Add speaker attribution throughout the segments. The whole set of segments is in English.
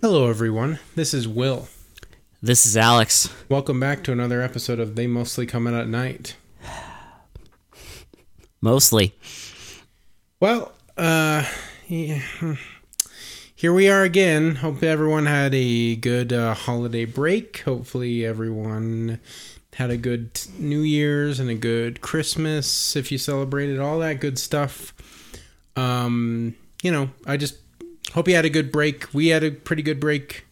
Speaker 1: Hello, everyone. This is Will.
Speaker 2: This is Alex.
Speaker 1: Welcome back to another episode of They Mostly Come Out at Night.
Speaker 2: Mostly.
Speaker 1: Well, uh, yeah, here we are again. Hope everyone had a good uh, holiday break. Hopefully, everyone had a good t- New Year's and a good Christmas if you celebrated all that good stuff. Um, you know, I just hope you had a good break. We had a pretty good break.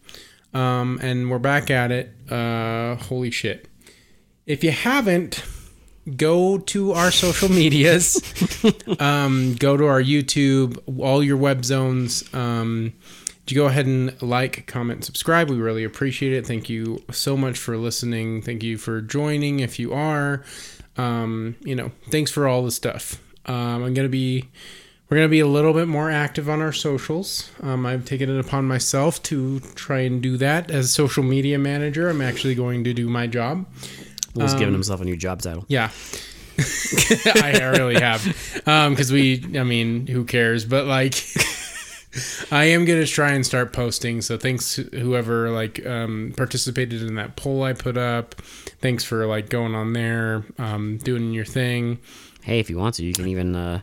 Speaker 1: Um, and we're back at it. Uh, holy shit. If you haven't, go to our social medias. um, go to our YouTube, all your web zones. Um, do go ahead and like, comment, subscribe. We really appreciate it. Thank you so much for listening. Thank you for joining if you are. Um, you know, thanks for all the stuff. Um, I'm gonna be we're gonna be a little bit more active on our socials. Um, I've taken it upon myself to try and do that as social media manager. I'm actually going to do my job.
Speaker 2: Will's giving
Speaker 1: Um,
Speaker 2: himself a new job title.
Speaker 1: Yeah. I really have. Because we, I mean, who cares? But like, I am going to try and start posting. So thanks, whoever like um, participated in that poll I put up. Thanks for like going on there, um, doing your thing.
Speaker 2: Hey, if you want to, you can even uh,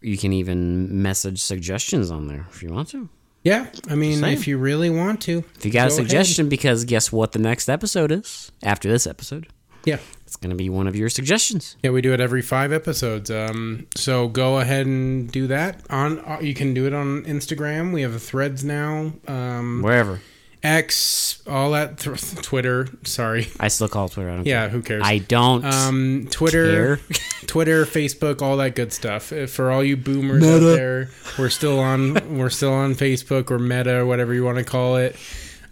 Speaker 2: you can even message suggestions on there if you want to.
Speaker 1: Yeah. I mean,
Speaker 2: saying.
Speaker 1: if you really want to.
Speaker 2: If you got a
Speaker 1: Go ahead.
Speaker 2: suggestion, because guess what? The next episode is after this episode.
Speaker 1: Yeah.
Speaker 2: It's gonna be one of your suggestions.
Speaker 1: Yeah, we do it every five episodes. Um, so go ahead and do that. On uh, you can do it on Instagram. We have a Threads now. Um,
Speaker 2: Wherever.
Speaker 1: X, all that th- Twitter. Sorry.
Speaker 2: I still call it Twitter. I don't
Speaker 1: Yeah, who cares?
Speaker 2: care. I don't
Speaker 1: um, Twitter,
Speaker 2: care.
Speaker 1: Twitter, Facebook, all that good stuff. Uh, For all you boomers out there, we're still on. We're still on Facebook or Meta, or whatever you want to call it.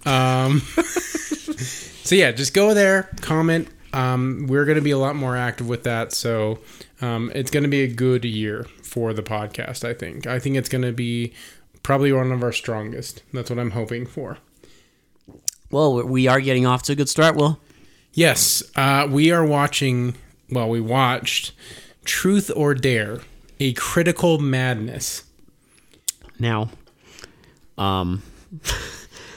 Speaker 1: Um, so yeah, just go there, comment. Um, we're going to be a lot more active with that, so um, it's going to be a good year for the podcast. I think. I think it's going to be probably one of our strongest. That's what I'm hoping for.
Speaker 2: Well, we are getting off to a good start, Will.
Speaker 1: Yes, uh, we are watching. Well, we watched Truth or Dare, a critical madness.
Speaker 2: Now. Um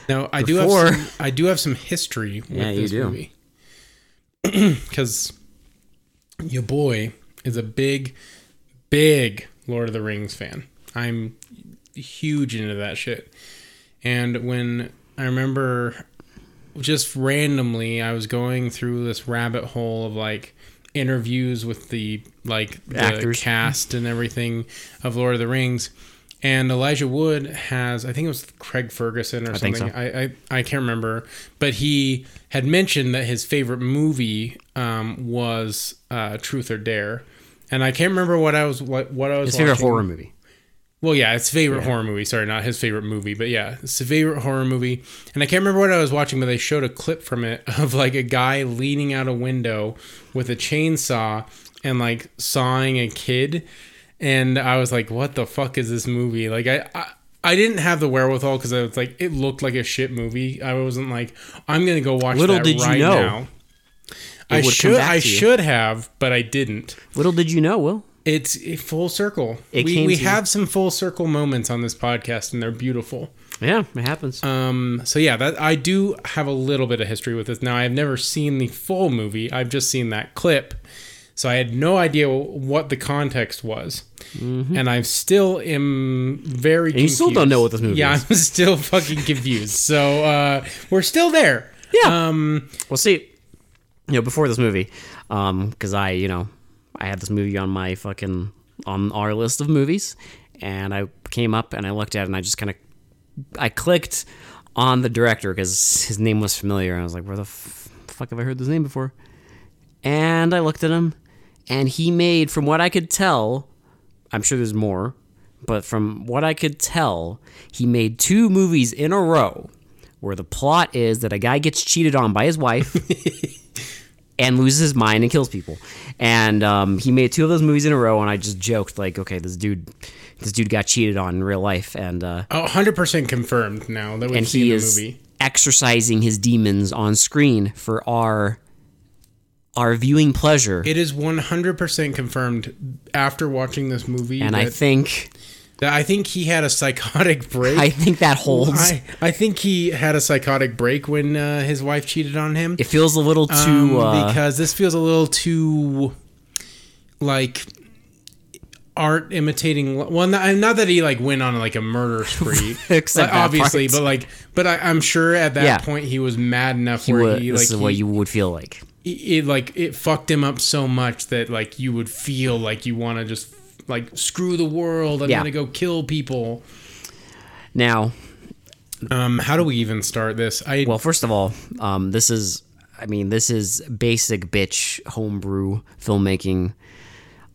Speaker 1: Now, I do have
Speaker 2: Before-
Speaker 1: some, I do have some history with
Speaker 2: Yeah, you
Speaker 1: this
Speaker 2: do.
Speaker 1: movie because your boy is a big, big Lord of the Rings fan. I'm huge into that shit. And when I remember just randomly I was going through this rabbit hole of like interviews with the like the
Speaker 2: Actors.
Speaker 1: cast and everything of Lord of the Rings. And Elijah Wood has I think it was Craig Ferguson or
Speaker 2: think
Speaker 1: something. I, I I can't remember. But he had mentioned that his favorite movie um, was uh, Truth or Dare. And I can't remember what I was what, what I was
Speaker 2: his favorite
Speaker 1: watching.
Speaker 2: horror movie.
Speaker 1: Well, yeah, it's favorite horror movie. Sorry, not his favorite movie, but yeah, it's a favorite horror movie. And I can't remember what I was watching, but they showed a clip from it of like a guy leaning out a window with a chainsaw and like sawing a kid. And I was like, "What the fuck is this movie?" Like, I I, I didn't have the wherewithal because I was like, it looked like a shit movie. I wasn't like, I'm gonna go watch.
Speaker 2: Little
Speaker 1: that
Speaker 2: did you
Speaker 1: right
Speaker 2: know
Speaker 1: Now. I
Speaker 2: would come
Speaker 1: should
Speaker 2: back
Speaker 1: I
Speaker 2: to you.
Speaker 1: should have, but I didn't.
Speaker 2: Little did you know, Will.
Speaker 1: It's a full circle.
Speaker 2: It
Speaker 1: we
Speaker 2: came
Speaker 1: we
Speaker 2: to-
Speaker 1: have some full circle moments on this podcast, and they're beautiful.
Speaker 2: Yeah, it happens.
Speaker 1: Um, so yeah, that I do have a little bit of history with this. Now I've never seen the full movie. I've just seen that clip, so I had no idea what the context was, and I still am very.
Speaker 2: Mm-hmm. you still don't know what this movie
Speaker 1: Yeah,
Speaker 2: is.
Speaker 1: I'm still fucking confused. so uh, we're still there.
Speaker 2: Yeah.
Speaker 1: Um,
Speaker 2: Well, see, you know, before this movie, um, because I, you know, I had this movie on my fucking on our list of movies, and I came up and I looked at it and I just kind of, I clicked on the director because his name was familiar and I was like, where the f- fuck have I heard this name before? And I looked at him, and he made, from what I could tell, I'm sure there's more, but from what I could tell, he made two movies in a row where the plot is that a guy gets cheated on by his wife and loses his mind and kills people. And um, he made two of those movies in a row, and I just joked like, okay, this dude, this dude got cheated on in real life, and uh,
Speaker 1: hundred percent confirmed now that we've
Speaker 2: and
Speaker 1: seen
Speaker 2: he
Speaker 1: the
Speaker 2: is
Speaker 1: movie.
Speaker 2: exercising his demons on screen for our our viewing pleasure.
Speaker 1: It is one hundred percent confirmed after watching this movie.
Speaker 2: and I
Speaker 1: that
Speaker 2: think
Speaker 1: I think he had a psychotic break.
Speaker 2: I think that holds.
Speaker 1: I, I think he had a psychotic break when uh, his wife cheated on him.
Speaker 2: it feels a little
Speaker 1: Um,
Speaker 2: too uh,
Speaker 1: because this feels a little too like art imitating well not, not that he like went on like a murder spree
Speaker 2: Except
Speaker 1: like,
Speaker 2: that
Speaker 1: obviously
Speaker 2: part.
Speaker 1: but like but I, i'm sure at that
Speaker 2: Yeah.
Speaker 1: point he was mad enough
Speaker 2: what-
Speaker 1: where he like
Speaker 2: this is
Speaker 1: he-
Speaker 2: what you would feel like.
Speaker 1: it like it fucked him up so much that like you would feel like you want to just like screw the world i'm
Speaker 2: Yeah.
Speaker 1: gonna go kill people
Speaker 2: Now,
Speaker 1: um how do we even start this i
Speaker 2: well, first of all, um, this is I mean this is basic bitch homebrew filmmaking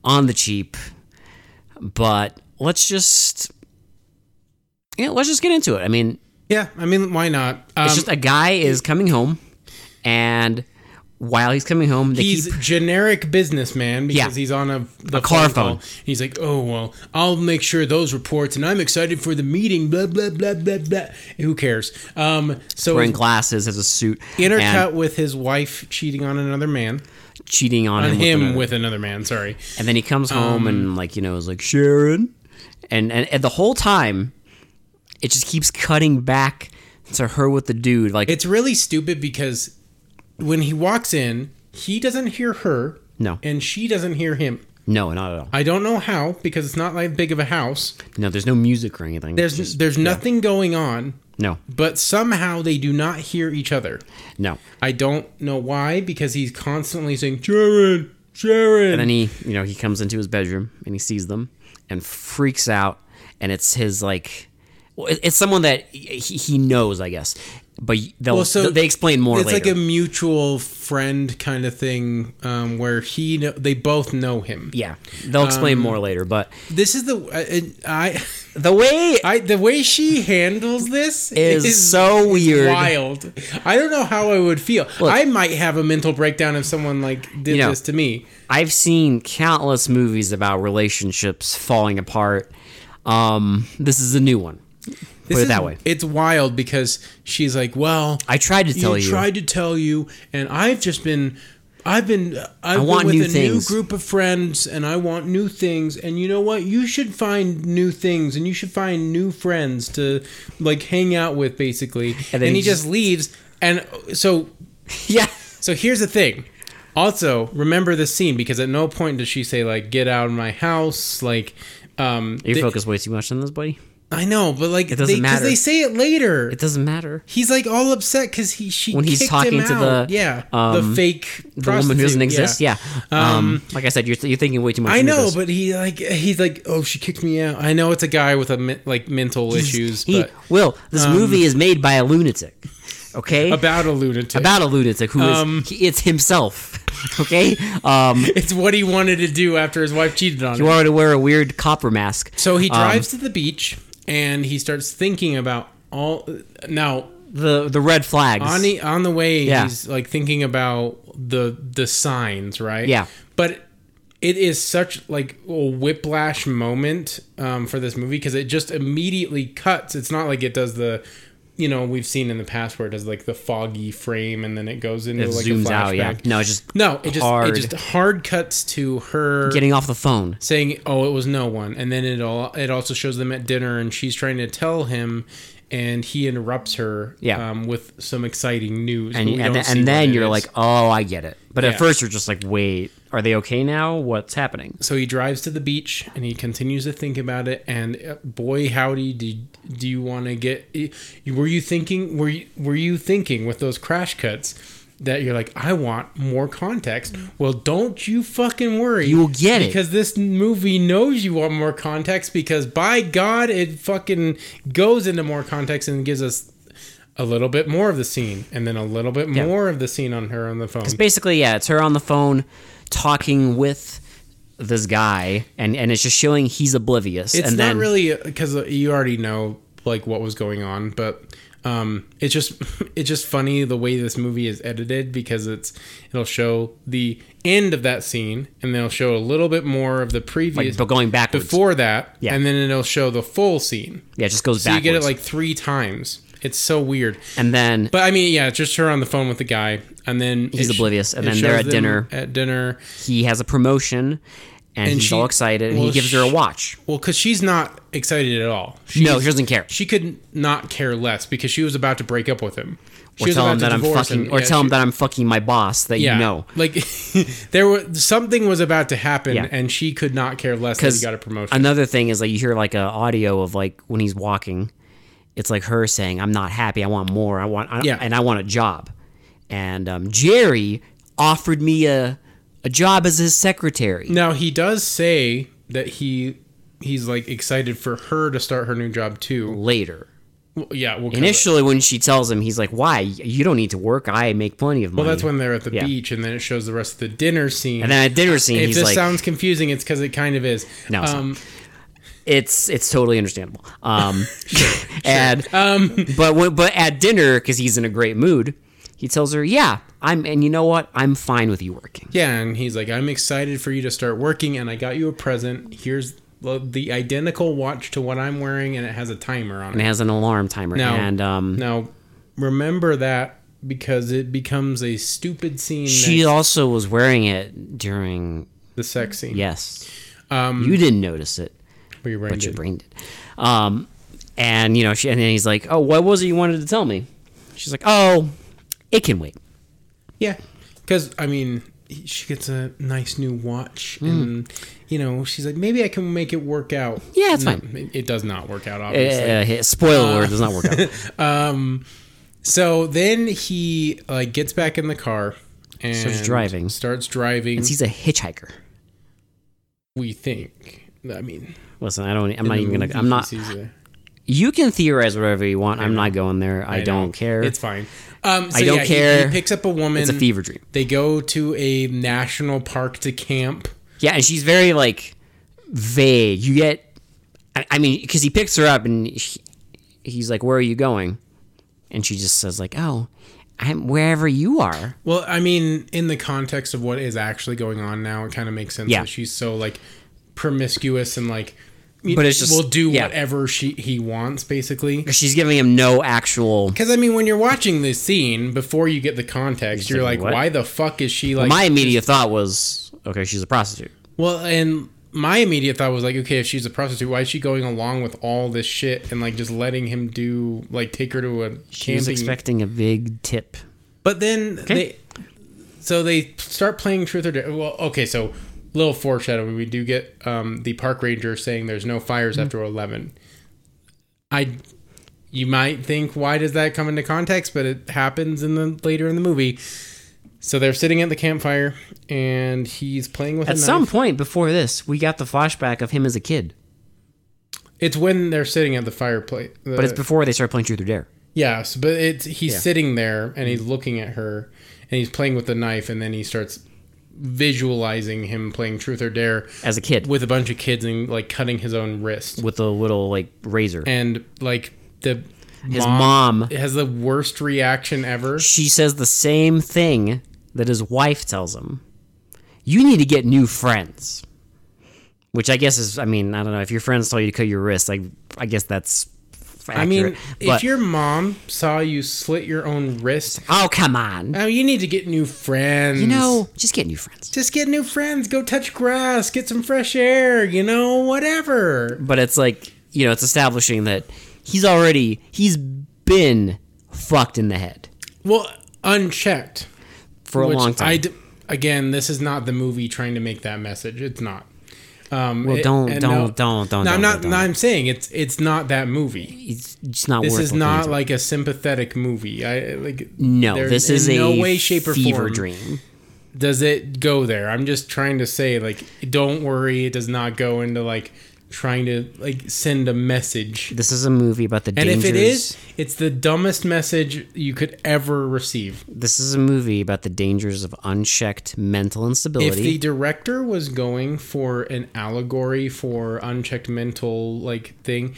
Speaker 2: on the cheap. But let's just yeah, let's just get into it. I mean,
Speaker 1: yeah i mean why not um,
Speaker 2: it's just a guy is coming home, and while he's coming home, they
Speaker 1: he's
Speaker 2: keep
Speaker 1: generic businessman because
Speaker 2: Yeah.
Speaker 1: he's on a, the
Speaker 2: car
Speaker 1: call.
Speaker 2: phone.
Speaker 1: He's like, oh well, I'll make sure those reports, and I'm excited for the meeting. Blah blah blah blah blah. Who cares? Um, so
Speaker 2: wearing glasses, has a suit,
Speaker 1: intercut
Speaker 2: and
Speaker 1: with his wife cheating on another man,
Speaker 2: cheating on,
Speaker 1: on
Speaker 2: him,
Speaker 1: him um,
Speaker 2: with,
Speaker 1: with
Speaker 2: another-
Speaker 1: another man. Sorry,
Speaker 2: and then he comes home and like you know is like Sharon, and, and and the whole time, it just keeps cutting back to her with the dude. Like
Speaker 1: it's really stupid because when he walks in, he doesn't hear her,
Speaker 2: no,
Speaker 1: and she doesn't hear him.
Speaker 2: no, not at all.
Speaker 1: I don't know how because it's not like big of a house.
Speaker 2: No, there's no music or anything.
Speaker 1: There's there's nothing going on,
Speaker 2: no,
Speaker 1: but somehow they do not hear each other.
Speaker 2: no.
Speaker 1: I don't know why because he's constantly saying Sharon, Sharon.
Speaker 2: And he, you know, he comes into his bedroom and he sees them and freaks out. And it's his like, well, it- it's someone that he, he knows, I guess. But they'll,
Speaker 1: Well, so
Speaker 2: they explain more
Speaker 1: it's
Speaker 2: later.
Speaker 1: like a mutual friend kind of thing um, where he kn- they both know him.
Speaker 2: yeah, they'll explain
Speaker 1: Um,
Speaker 2: more later. But
Speaker 1: This is the uh, I,
Speaker 2: the way
Speaker 1: I I the way she handles this
Speaker 2: is, so weird.
Speaker 1: wild. I don't know how I would feel. I might have a mental breakdown if someone like did
Speaker 2: You know,
Speaker 1: this to me.
Speaker 2: I've seen countless movies about relationships falling apart. Um, this is a new one.
Speaker 1: This
Speaker 2: Put it
Speaker 1: is-
Speaker 2: that way.
Speaker 1: It's wild because she's like, well,
Speaker 2: I tried to tell
Speaker 1: you
Speaker 2: you.
Speaker 1: tried to tell you, and I've just been. I've been I've
Speaker 2: want
Speaker 1: been
Speaker 2: new
Speaker 1: with a
Speaker 2: things.
Speaker 1: new group of friends and I want new things and you know what you should find new things and you should find new friends to like hang out with basically and,
Speaker 2: then
Speaker 1: he,
Speaker 2: he
Speaker 1: just, leaves and so
Speaker 2: yeah.
Speaker 1: so here's the thing also remember this scene because at no point does she say like get out of my house like um
Speaker 2: You
Speaker 1: they-
Speaker 2: focus way too much on this, buddy.
Speaker 1: I know but like it
Speaker 2: doesn't matter.
Speaker 1: they say it later
Speaker 2: It doesn't matter.
Speaker 1: He's like all upset because he she
Speaker 2: When he's
Speaker 1: kicked
Speaker 2: talking
Speaker 1: him
Speaker 2: to the,
Speaker 1: out. yeah the
Speaker 2: um,
Speaker 1: fake
Speaker 2: The woman who doesn't exist. Yeah. Um, like I said, you're, you're thinking way too much.
Speaker 1: I
Speaker 2: into
Speaker 1: know,
Speaker 2: this.
Speaker 1: but he like he's like oh she kicked me out. I know it's a guy with a men- like mental issues,
Speaker 2: He,
Speaker 1: but
Speaker 2: Will, this movie is made by a lunatic. Okay.
Speaker 1: um, about a lunatic.
Speaker 2: About a lunatic who is
Speaker 1: Um,
Speaker 2: he, it's himself. Okay. Um,
Speaker 1: it's what he wanted to do after his wife cheated on
Speaker 2: you
Speaker 1: him.
Speaker 2: wanted to wear a weird copper mask.
Speaker 1: So he
Speaker 2: Um,
Speaker 1: drives to the beach and he starts thinking about all now
Speaker 2: the the red flags.
Speaker 1: on the on the way
Speaker 2: Yeah.
Speaker 1: he's like thinking about the the signs right
Speaker 2: Yeah.
Speaker 1: but it is such like a whiplash moment um, for this movie because it just immediately cuts it's not like it does the you know we've seen in the past where it does like the foggy frame and then it goes into
Speaker 2: it
Speaker 1: like a
Speaker 2: zooms
Speaker 1: flashback
Speaker 2: out. Yeah. No, it's just
Speaker 1: no it just
Speaker 2: Hard.
Speaker 1: it just hard cuts to her
Speaker 2: getting off the phone.
Speaker 1: saying oh it was no one and then it all it also shows them at dinner and she's trying to tell him and he interrupts her
Speaker 2: Yeah.
Speaker 1: um, with some exciting news but
Speaker 2: and,
Speaker 1: we
Speaker 2: and,
Speaker 1: don't
Speaker 2: then-
Speaker 1: see
Speaker 2: and
Speaker 1: what
Speaker 2: then
Speaker 1: it
Speaker 2: you're
Speaker 1: is.
Speaker 2: like, oh, I get it. But
Speaker 1: Yeah.
Speaker 2: at first, you're just like, wait, are they okay now? What's happening?
Speaker 1: so he drives to the beach and he continues to think about it and uh, boy howdy do, do you want to get y- were you thinking were you, were you thinking with those crash cuts that you're like I want more context well don't you fucking worry
Speaker 2: You will get it.
Speaker 1: because this movie knows you want more context because by god it fucking goes into more context and gives us a little bit more of the scene and then a little bit more of the scene on her on the phone
Speaker 2: Basically, yeah, it's her on the phone talking with this guy, and, and it's just showing he's oblivious.
Speaker 1: it's
Speaker 2: and
Speaker 1: not
Speaker 2: then,
Speaker 1: really because you already know like what was going on but um it's just it's just funny the way this movie is edited because it's it'll show the end of that scene and they'll show a little bit more of the previous
Speaker 2: but going backwards.
Speaker 1: before that
Speaker 2: Yeah.
Speaker 1: and then it'll show the full scene
Speaker 2: yeah, it just goes
Speaker 1: so
Speaker 2: backwards.
Speaker 1: you get it like three times it's so weird
Speaker 2: and then
Speaker 1: but i mean yeah it's just her on the phone with the guy and then
Speaker 2: He's
Speaker 1: it sh-
Speaker 2: oblivious, and
Speaker 1: it
Speaker 2: then they're
Speaker 1: shows
Speaker 2: at
Speaker 1: them
Speaker 2: dinner.
Speaker 1: at dinner
Speaker 2: he has a promotion, and,
Speaker 1: And
Speaker 2: he's
Speaker 1: she-
Speaker 2: all excited, and
Speaker 1: well,
Speaker 2: he gives her a
Speaker 1: sh-
Speaker 2: watch.
Speaker 1: Well, because she's not excited at all. She's,
Speaker 2: no, she doesn't care.
Speaker 1: She could not care less because she was about to break up with him. She
Speaker 2: Or
Speaker 1: was
Speaker 2: tell
Speaker 1: about
Speaker 2: him
Speaker 1: to
Speaker 2: that I'm
Speaker 1: divorce
Speaker 2: fucking,
Speaker 1: him.
Speaker 2: or
Speaker 1: Yeah,
Speaker 2: tell him
Speaker 1: she-
Speaker 2: that I'm fucking my boss that you know.
Speaker 1: Like there was something was about to happen,
Speaker 2: Yeah.
Speaker 1: and she could not care less that he got a promotion.
Speaker 2: Another thing is like you hear like a audio of like when he's walking, it's like her saying, "I'm not happy. I want more. I want, I,
Speaker 1: Yeah.
Speaker 2: and I want a job." And um, Jerry offered me a a job as his secretary.
Speaker 1: now he does say that he he's like excited for her to start her new job too.
Speaker 2: Later,
Speaker 1: Well, yeah, well, 'cause-
Speaker 2: initially when she tells him, he's like, "Why? You don't need to work. I make plenty of money."
Speaker 1: well, that's when they're at the
Speaker 2: Yeah.
Speaker 1: beach, and then it shows the rest of the dinner scene.
Speaker 2: And then at dinner scene,
Speaker 1: if
Speaker 2: he's
Speaker 1: this
Speaker 2: like,
Speaker 1: sounds confusing, it's because it kind of is.
Speaker 2: No, it's not.
Speaker 1: um,
Speaker 2: "It's it's totally understandable." Um, and
Speaker 1: Um,
Speaker 2: but when, but at dinner, because he's in a great mood, he tells her, "Yeah, I'm, and you know what? I'm fine with you working."
Speaker 1: yeah, and he's like, "I'm excited for you to start working, and I got you a present. Here's the- the identical watch to what I'm wearing, and it has a timer on it."
Speaker 2: and it has an alarm timer.
Speaker 1: Now,
Speaker 2: and um,
Speaker 1: now remember that because it becomes a stupid scene.
Speaker 2: she
Speaker 1: next-
Speaker 2: also was wearing it during.
Speaker 1: the sex scene.
Speaker 2: Yes,
Speaker 1: Um,
Speaker 2: you didn't notice it,
Speaker 1: But your brain
Speaker 2: but your
Speaker 1: did.
Speaker 2: brain did. Um, and you know, she and then he's like, "Oh, what was it you wanted to tell me?" She's like, "Oh, it can wait."
Speaker 1: Yeah, because I mean, he- she gets a nice new watch,
Speaker 2: Hmm.
Speaker 1: and you know, she's like, maybe I can make it work out.
Speaker 2: Yeah, it's
Speaker 1: No,
Speaker 2: fine.
Speaker 1: It, it does not work out,
Speaker 2: Uh,
Speaker 1: obviously.
Speaker 2: uh, spoiler alert, does not work out.
Speaker 1: so then he like gets back in the car and
Speaker 2: Starts driving.
Speaker 1: Starts driving.
Speaker 2: He's a hitchhiker.
Speaker 1: we think. I mean,
Speaker 2: Listen, I don't. I'm not
Speaker 1: the
Speaker 2: even gonna.
Speaker 1: movie
Speaker 2: I'm
Speaker 1: he
Speaker 2: not.
Speaker 1: sees a-
Speaker 2: You can theorize whatever you want. I'm not going there. I,
Speaker 1: I
Speaker 2: don't
Speaker 1: know.
Speaker 2: care.
Speaker 1: It's fine. Um, so
Speaker 2: I don't
Speaker 1: yeah, he- He,
Speaker 2: care.
Speaker 1: picks up a woman.
Speaker 2: it's a fever dream.
Speaker 1: They go to a national park to camp.
Speaker 2: Yeah, and she's very like vague. You get, I, I mean, because he picks her up and she, he's like, "Where are you going?" And she just says like, "Oh, I'm wherever you are."
Speaker 1: Well, I mean, in the context of what is actually going on now, it kind of makes sense
Speaker 2: Yeah.
Speaker 1: that she's so like promiscuous and like y-
Speaker 2: But it's just-
Speaker 1: will do
Speaker 2: yeah.
Speaker 1: whatever she he wants basically.
Speaker 2: 'Cause She's giving him no actual.
Speaker 1: Cuz I mean, when you're watching this scene before you get the context, you're
Speaker 2: like,
Speaker 1: like,
Speaker 2: "What?"
Speaker 1: why the fuck is she like
Speaker 2: My immediate thought was, "Okay, she's a prostitute."
Speaker 1: Well, and my immediate thought was like, okay, if she's a prostitute, why is she going along with all this shit and like just letting him do like take her to a
Speaker 2: She was
Speaker 1: camping
Speaker 2: expecting a big tip.
Speaker 1: But then they, so they start playing truth or dare. Well, okay, so little foreshadowing. We do get um, the park ranger saying there's no fires
Speaker 2: Mm-hmm.
Speaker 1: after eleven. I, you might think why does that come into context, but it happens in the later in the movie. So they're sitting at the campfire, and he's playing with a
Speaker 2: At
Speaker 1: knife.
Speaker 2: some point before this, we got the flashback of him as a kid,
Speaker 1: It's when they're sitting at the fireplace.
Speaker 2: but it's before they start playing Truth or Dare.
Speaker 1: Yes, but it's he's sitting there and he's
Speaker 2: Mm-hmm.
Speaker 1: looking at her and he's playing with the knife and then he starts visualizing him playing truth or dare
Speaker 2: As a kid, with,
Speaker 1: with a bunch of kids and like cutting his own wrist
Speaker 2: with a little like razor,
Speaker 1: and like the
Speaker 2: his mom
Speaker 1: has the worst reaction ever.
Speaker 2: she says the same thing that his wife tells him. You need to get new friends. Which I guess is I mean, I don't know, if your friends tell you to cut your wrist, like I guess that's accurate.
Speaker 1: I mean,
Speaker 2: but,
Speaker 1: if your mom saw you slit your own wrist,
Speaker 2: Oh come on.
Speaker 1: oh, you need to get new friends.
Speaker 2: You know, just get new friends.
Speaker 1: just get new friends, go touch grass, get some fresh air, you know, whatever.
Speaker 2: But it's like you know, it's establishing that he's already he's been fucked in the head
Speaker 1: Well, unchecked.
Speaker 2: for a
Speaker 1: Which
Speaker 2: long time.
Speaker 1: I d- again, this is not the movie trying to make that message. It's not. Um,
Speaker 2: well,
Speaker 1: it-
Speaker 2: don't,
Speaker 1: and
Speaker 2: don't,
Speaker 1: no-
Speaker 2: don't, don't, don't.
Speaker 1: No, I'm not.
Speaker 2: Don't.
Speaker 1: no, I'm saying it's it's not that movie.
Speaker 2: it's just not.
Speaker 1: This
Speaker 2: worth
Speaker 1: is
Speaker 2: looking
Speaker 1: not
Speaker 2: into.
Speaker 1: like a sympathetic movie. I like
Speaker 2: no.
Speaker 1: there-
Speaker 2: This
Speaker 1: in
Speaker 2: is a
Speaker 1: no way, shape, or
Speaker 2: fever
Speaker 1: form
Speaker 2: dream.
Speaker 1: Does it go there? I'm just trying to say like, don't worry. It does not go into like trying to like send a message.
Speaker 2: This is a movie about the
Speaker 1: And
Speaker 2: dangers.
Speaker 1: if it is, it's the dumbest message you could ever receive.
Speaker 2: This is a movie about the dangers of unchecked mental
Speaker 1: If
Speaker 2: instability.
Speaker 1: the director was going for an allegory for unchecked mental like thing,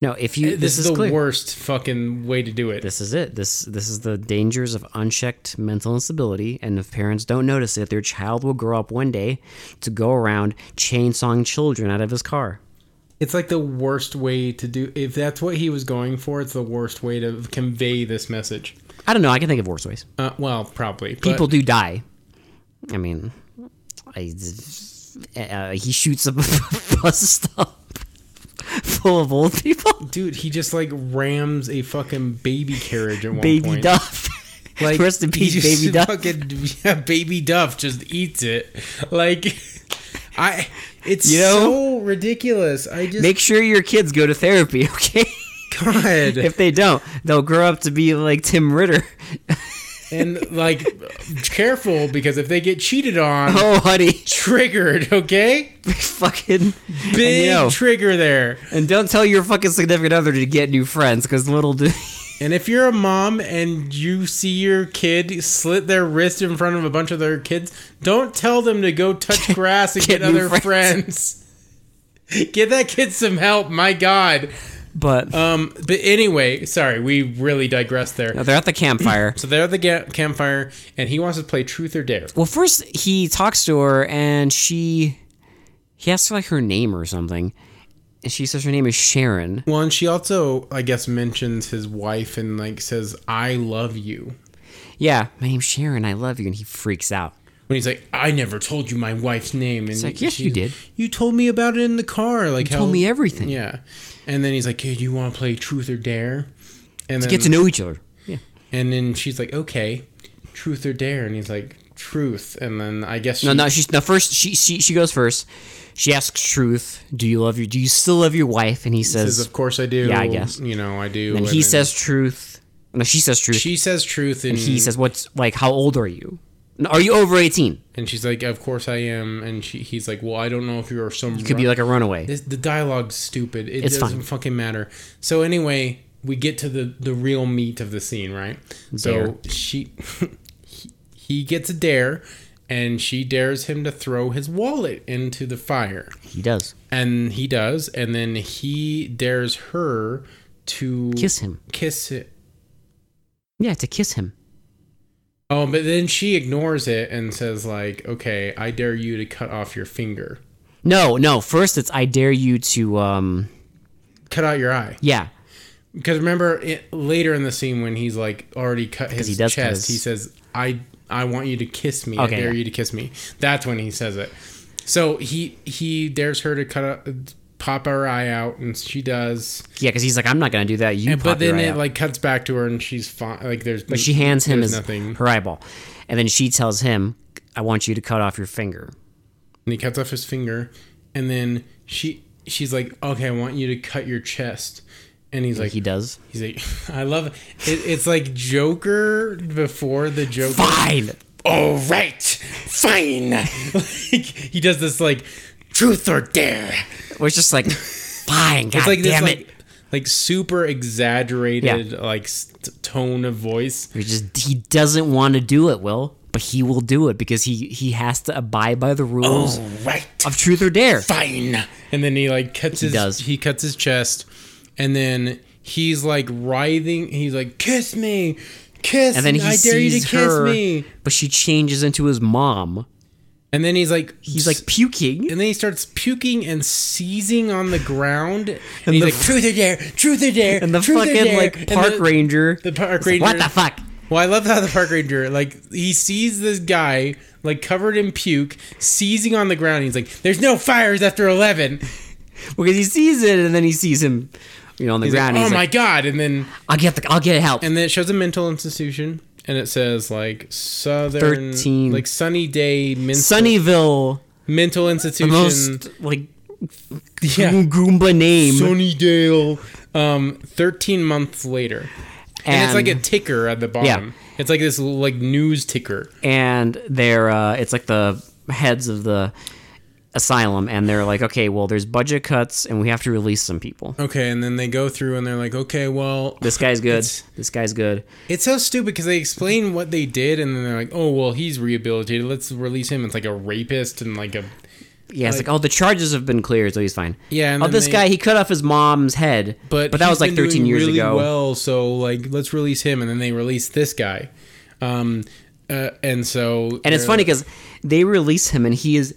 Speaker 2: no, if you
Speaker 1: Uh, this, is, the
Speaker 2: clear.
Speaker 1: worst fucking way to do it.
Speaker 2: This is it. This this is the dangers of unchecked mental instability, and if parents don't notice it, their child will grow up one day to go around chainsawing children out of his car.
Speaker 1: It's like the worst way to do. If that's what he was going for, it's the worst way to convey this message.
Speaker 2: I don't know. I can think of worse ways.
Speaker 1: Uh, well, probably. But
Speaker 2: People do die. I mean, I, uh, he shoots a bus stop full of old people.
Speaker 1: Dude, he just like rams a fucking baby carriage at one
Speaker 2: Baby
Speaker 1: point.
Speaker 2: Duff.
Speaker 1: Like
Speaker 2: Rest in
Speaker 1: he
Speaker 2: peace,
Speaker 1: just
Speaker 2: Baby Duff.
Speaker 1: Fucking, yeah, baby Duff just eats it. Like I, it's
Speaker 2: You know?
Speaker 1: so ridiculous. I just
Speaker 2: Make sure your kids go to therapy, okay?
Speaker 1: God.
Speaker 2: if they don't, they'll grow up to be like Tim Ritter.
Speaker 1: and like, careful because if they get cheated on,
Speaker 2: Oh, honey,
Speaker 1: triggered. Okay,
Speaker 2: fucking
Speaker 1: big
Speaker 2: And, you know,
Speaker 1: trigger there.
Speaker 2: and don't tell your fucking significant other to get new friends, because little do.
Speaker 1: And if you're a mom and you see your kid slit their wrist in front of a bunch of their kids, don't tell them to go touch grass and
Speaker 2: Get
Speaker 1: get,
Speaker 2: new
Speaker 1: other friends. Get that kid some help, my god.
Speaker 2: But
Speaker 1: Um, but anyway, sorry, we really digressed there.
Speaker 2: no, they're at the campfire.
Speaker 1: So they're at the ga- campfire, and he wants to play truth or dare.
Speaker 2: Well, first he talks to her, and she he asks her like her name or something, and she says her name is Sharon.
Speaker 1: One, she also, I guess, mentions his wife and like says, "I love you."
Speaker 2: Yeah, my name's Sharon. I love you, and he freaks out.
Speaker 1: When he's like, "I never told you my wife's name," and
Speaker 2: like, "Yes,
Speaker 1: she-
Speaker 2: you did."
Speaker 1: You told me about it in the car. Like,
Speaker 2: Told me everything.
Speaker 1: Yeah, and then he's like, "Hey, do you want to play truth or dare?" And then
Speaker 2: Get to know each other. Yeah.
Speaker 1: and then she's like, "Okay, truth or dare," and he's like, "Truth." And then I guess she,
Speaker 2: No, no. She's no first. She she she goes first. She asks Truth, "Do you love your? Do you still love your wife?" And he
Speaker 1: says,
Speaker 2: says,
Speaker 1: "Of course I do."
Speaker 2: Yeah, I guess.
Speaker 1: you know I do.
Speaker 2: and he says Truth. No, she says Truth.
Speaker 1: she says truth, and,
Speaker 2: he says, "What's like? How old are you? No, Are you over 18?
Speaker 1: and she's like, "Of course I am." And she, he's like, "Well, I don't know if you're some
Speaker 2: Could be like a runaway."
Speaker 1: This, the dialogue's stupid. It
Speaker 2: It's
Speaker 1: doesn't
Speaker 2: fine.
Speaker 1: fucking matter. So anyway, we get to the the real meat of the scene, right? So she he- he gets a dare and she dares him to throw his wallet into the fire.
Speaker 2: he does
Speaker 1: And he does, and then he dares her to
Speaker 2: kiss him.
Speaker 1: kiss it.
Speaker 2: Yeah, to kiss him.
Speaker 1: Oh, but then she ignores it and says like, "Okay, I dare you to cut off your finger.
Speaker 2: No, no. First, it's I dare you to. um
Speaker 1: Cut out your eye."
Speaker 2: Yeah,
Speaker 1: Because remember it, later in the scene when he's like already cut his
Speaker 2: he does
Speaker 1: chest,
Speaker 2: cut his-
Speaker 1: he says, "I I want you to kiss me.
Speaker 2: Okay,
Speaker 1: I dare
Speaker 2: yeah.
Speaker 1: you to kiss me." That's when he says it. So he he dares her to cut out, pop her eye out, and she does.
Speaker 2: yeah. Because he's like, I'm not gonna do that. You.
Speaker 1: And, but then it
Speaker 2: like.
Speaker 1: like cuts back to her, and she's fine. Like there's
Speaker 2: But she hands him
Speaker 1: there's
Speaker 2: his
Speaker 1: nothing,
Speaker 2: her eyeball, and then she tells him, "I want you to cut off your finger."
Speaker 1: and he cuts off his finger, and then she she's like, "Okay, I want you to cut your chest," and he's like.
Speaker 2: He does.
Speaker 1: He's like, I love it. it. It's like Joker before the Joker.
Speaker 2: Fine.
Speaker 1: all right, fine. like, he does this like truth or dare.
Speaker 2: We're just like, fine. God
Speaker 1: It's like this
Speaker 2: damn it.
Speaker 1: like, like super exaggerated like st- tone of voice.
Speaker 2: We're just he doesn't want to do it, Will, but he will do it because he he has to abide by the rules
Speaker 1: All right,
Speaker 2: of truth or dare.
Speaker 1: fine. And then he like cuts his
Speaker 2: does.
Speaker 1: he cuts his chest, and then he's like writhing. He's like, kiss me, kiss.
Speaker 2: And then he
Speaker 1: I
Speaker 2: sees
Speaker 1: dare you to
Speaker 2: her,
Speaker 1: kiss me.
Speaker 2: but she changes into his mom.
Speaker 1: And then he's like,
Speaker 2: He's like puking.
Speaker 1: and then he starts puking and seizing on the ground. And, he's
Speaker 2: the-
Speaker 1: like, "Truth or dare, truth or dare."
Speaker 2: and the
Speaker 1: truth or
Speaker 2: fucking
Speaker 1: dare."
Speaker 2: like
Speaker 1: And
Speaker 2: park
Speaker 1: the-
Speaker 2: ranger.
Speaker 1: The park
Speaker 2: Like,
Speaker 1: ranger.
Speaker 2: what the fuck?
Speaker 1: Well, I love how the park ranger like he sees this guy like covered in puke, seizing on the ground. He's like, "There's no fires after 11.
Speaker 2: Because he sees it, and then he sees him, you know, on the
Speaker 1: He's like,
Speaker 2: ground. and
Speaker 1: oh
Speaker 2: he's
Speaker 1: my
Speaker 2: like,
Speaker 1: god! And then
Speaker 2: I'll get the, I'll get help.
Speaker 1: and then it shows a mental institution, and it says like Southern
Speaker 2: 13.
Speaker 1: like Sunny Day Mental
Speaker 2: Sunnyville,
Speaker 1: Mental
Speaker 2: the
Speaker 1: Institution.
Speaker 2: most like
Speaker 1: Yeah.
Speaker 2: Goom- Goomba name.
Speaker 1: Sunnydale. Um, thirteen months later, and, it's like a ticker at the bottom. It's like this little, like news ticker.
Speaker 2: and they're uh, it's like the heads of the asylum, and they're like, okay, well, there's budget cuts, and we have to release some people.
Speaker 1: Okay, and then they go through and they're like, okay, well,
Speaker 2: This guy's good. this guy's good.
Speaker 1: it's so stupid because they explain what they did and then they're like, oh well, he's rehabilitated. Let's release him. It's like a rapist and like a
Speaker 2: Yeah, it's like, oh, the charges have been cleared, so he's fine.
Speaker 1: Yeah, and
Speaker 2: oh,
Speaker 1: then
Speaker 2: this
Speaker 1: they-
Speaker 2: guy, he cut off his mom's head,
Speaker 1: but
Speaker 2: but that
Speaker 1: he's
Speaker 2: was like
Speaker 1: been doing
Speaker 2: 13 years
Speaker 1: really
Speaker 2: ago.
Speaker 1: Well, so like let's release him and then they release this guy. Um, uh, and so
Speaker 2: And it's funny because they release him, and he is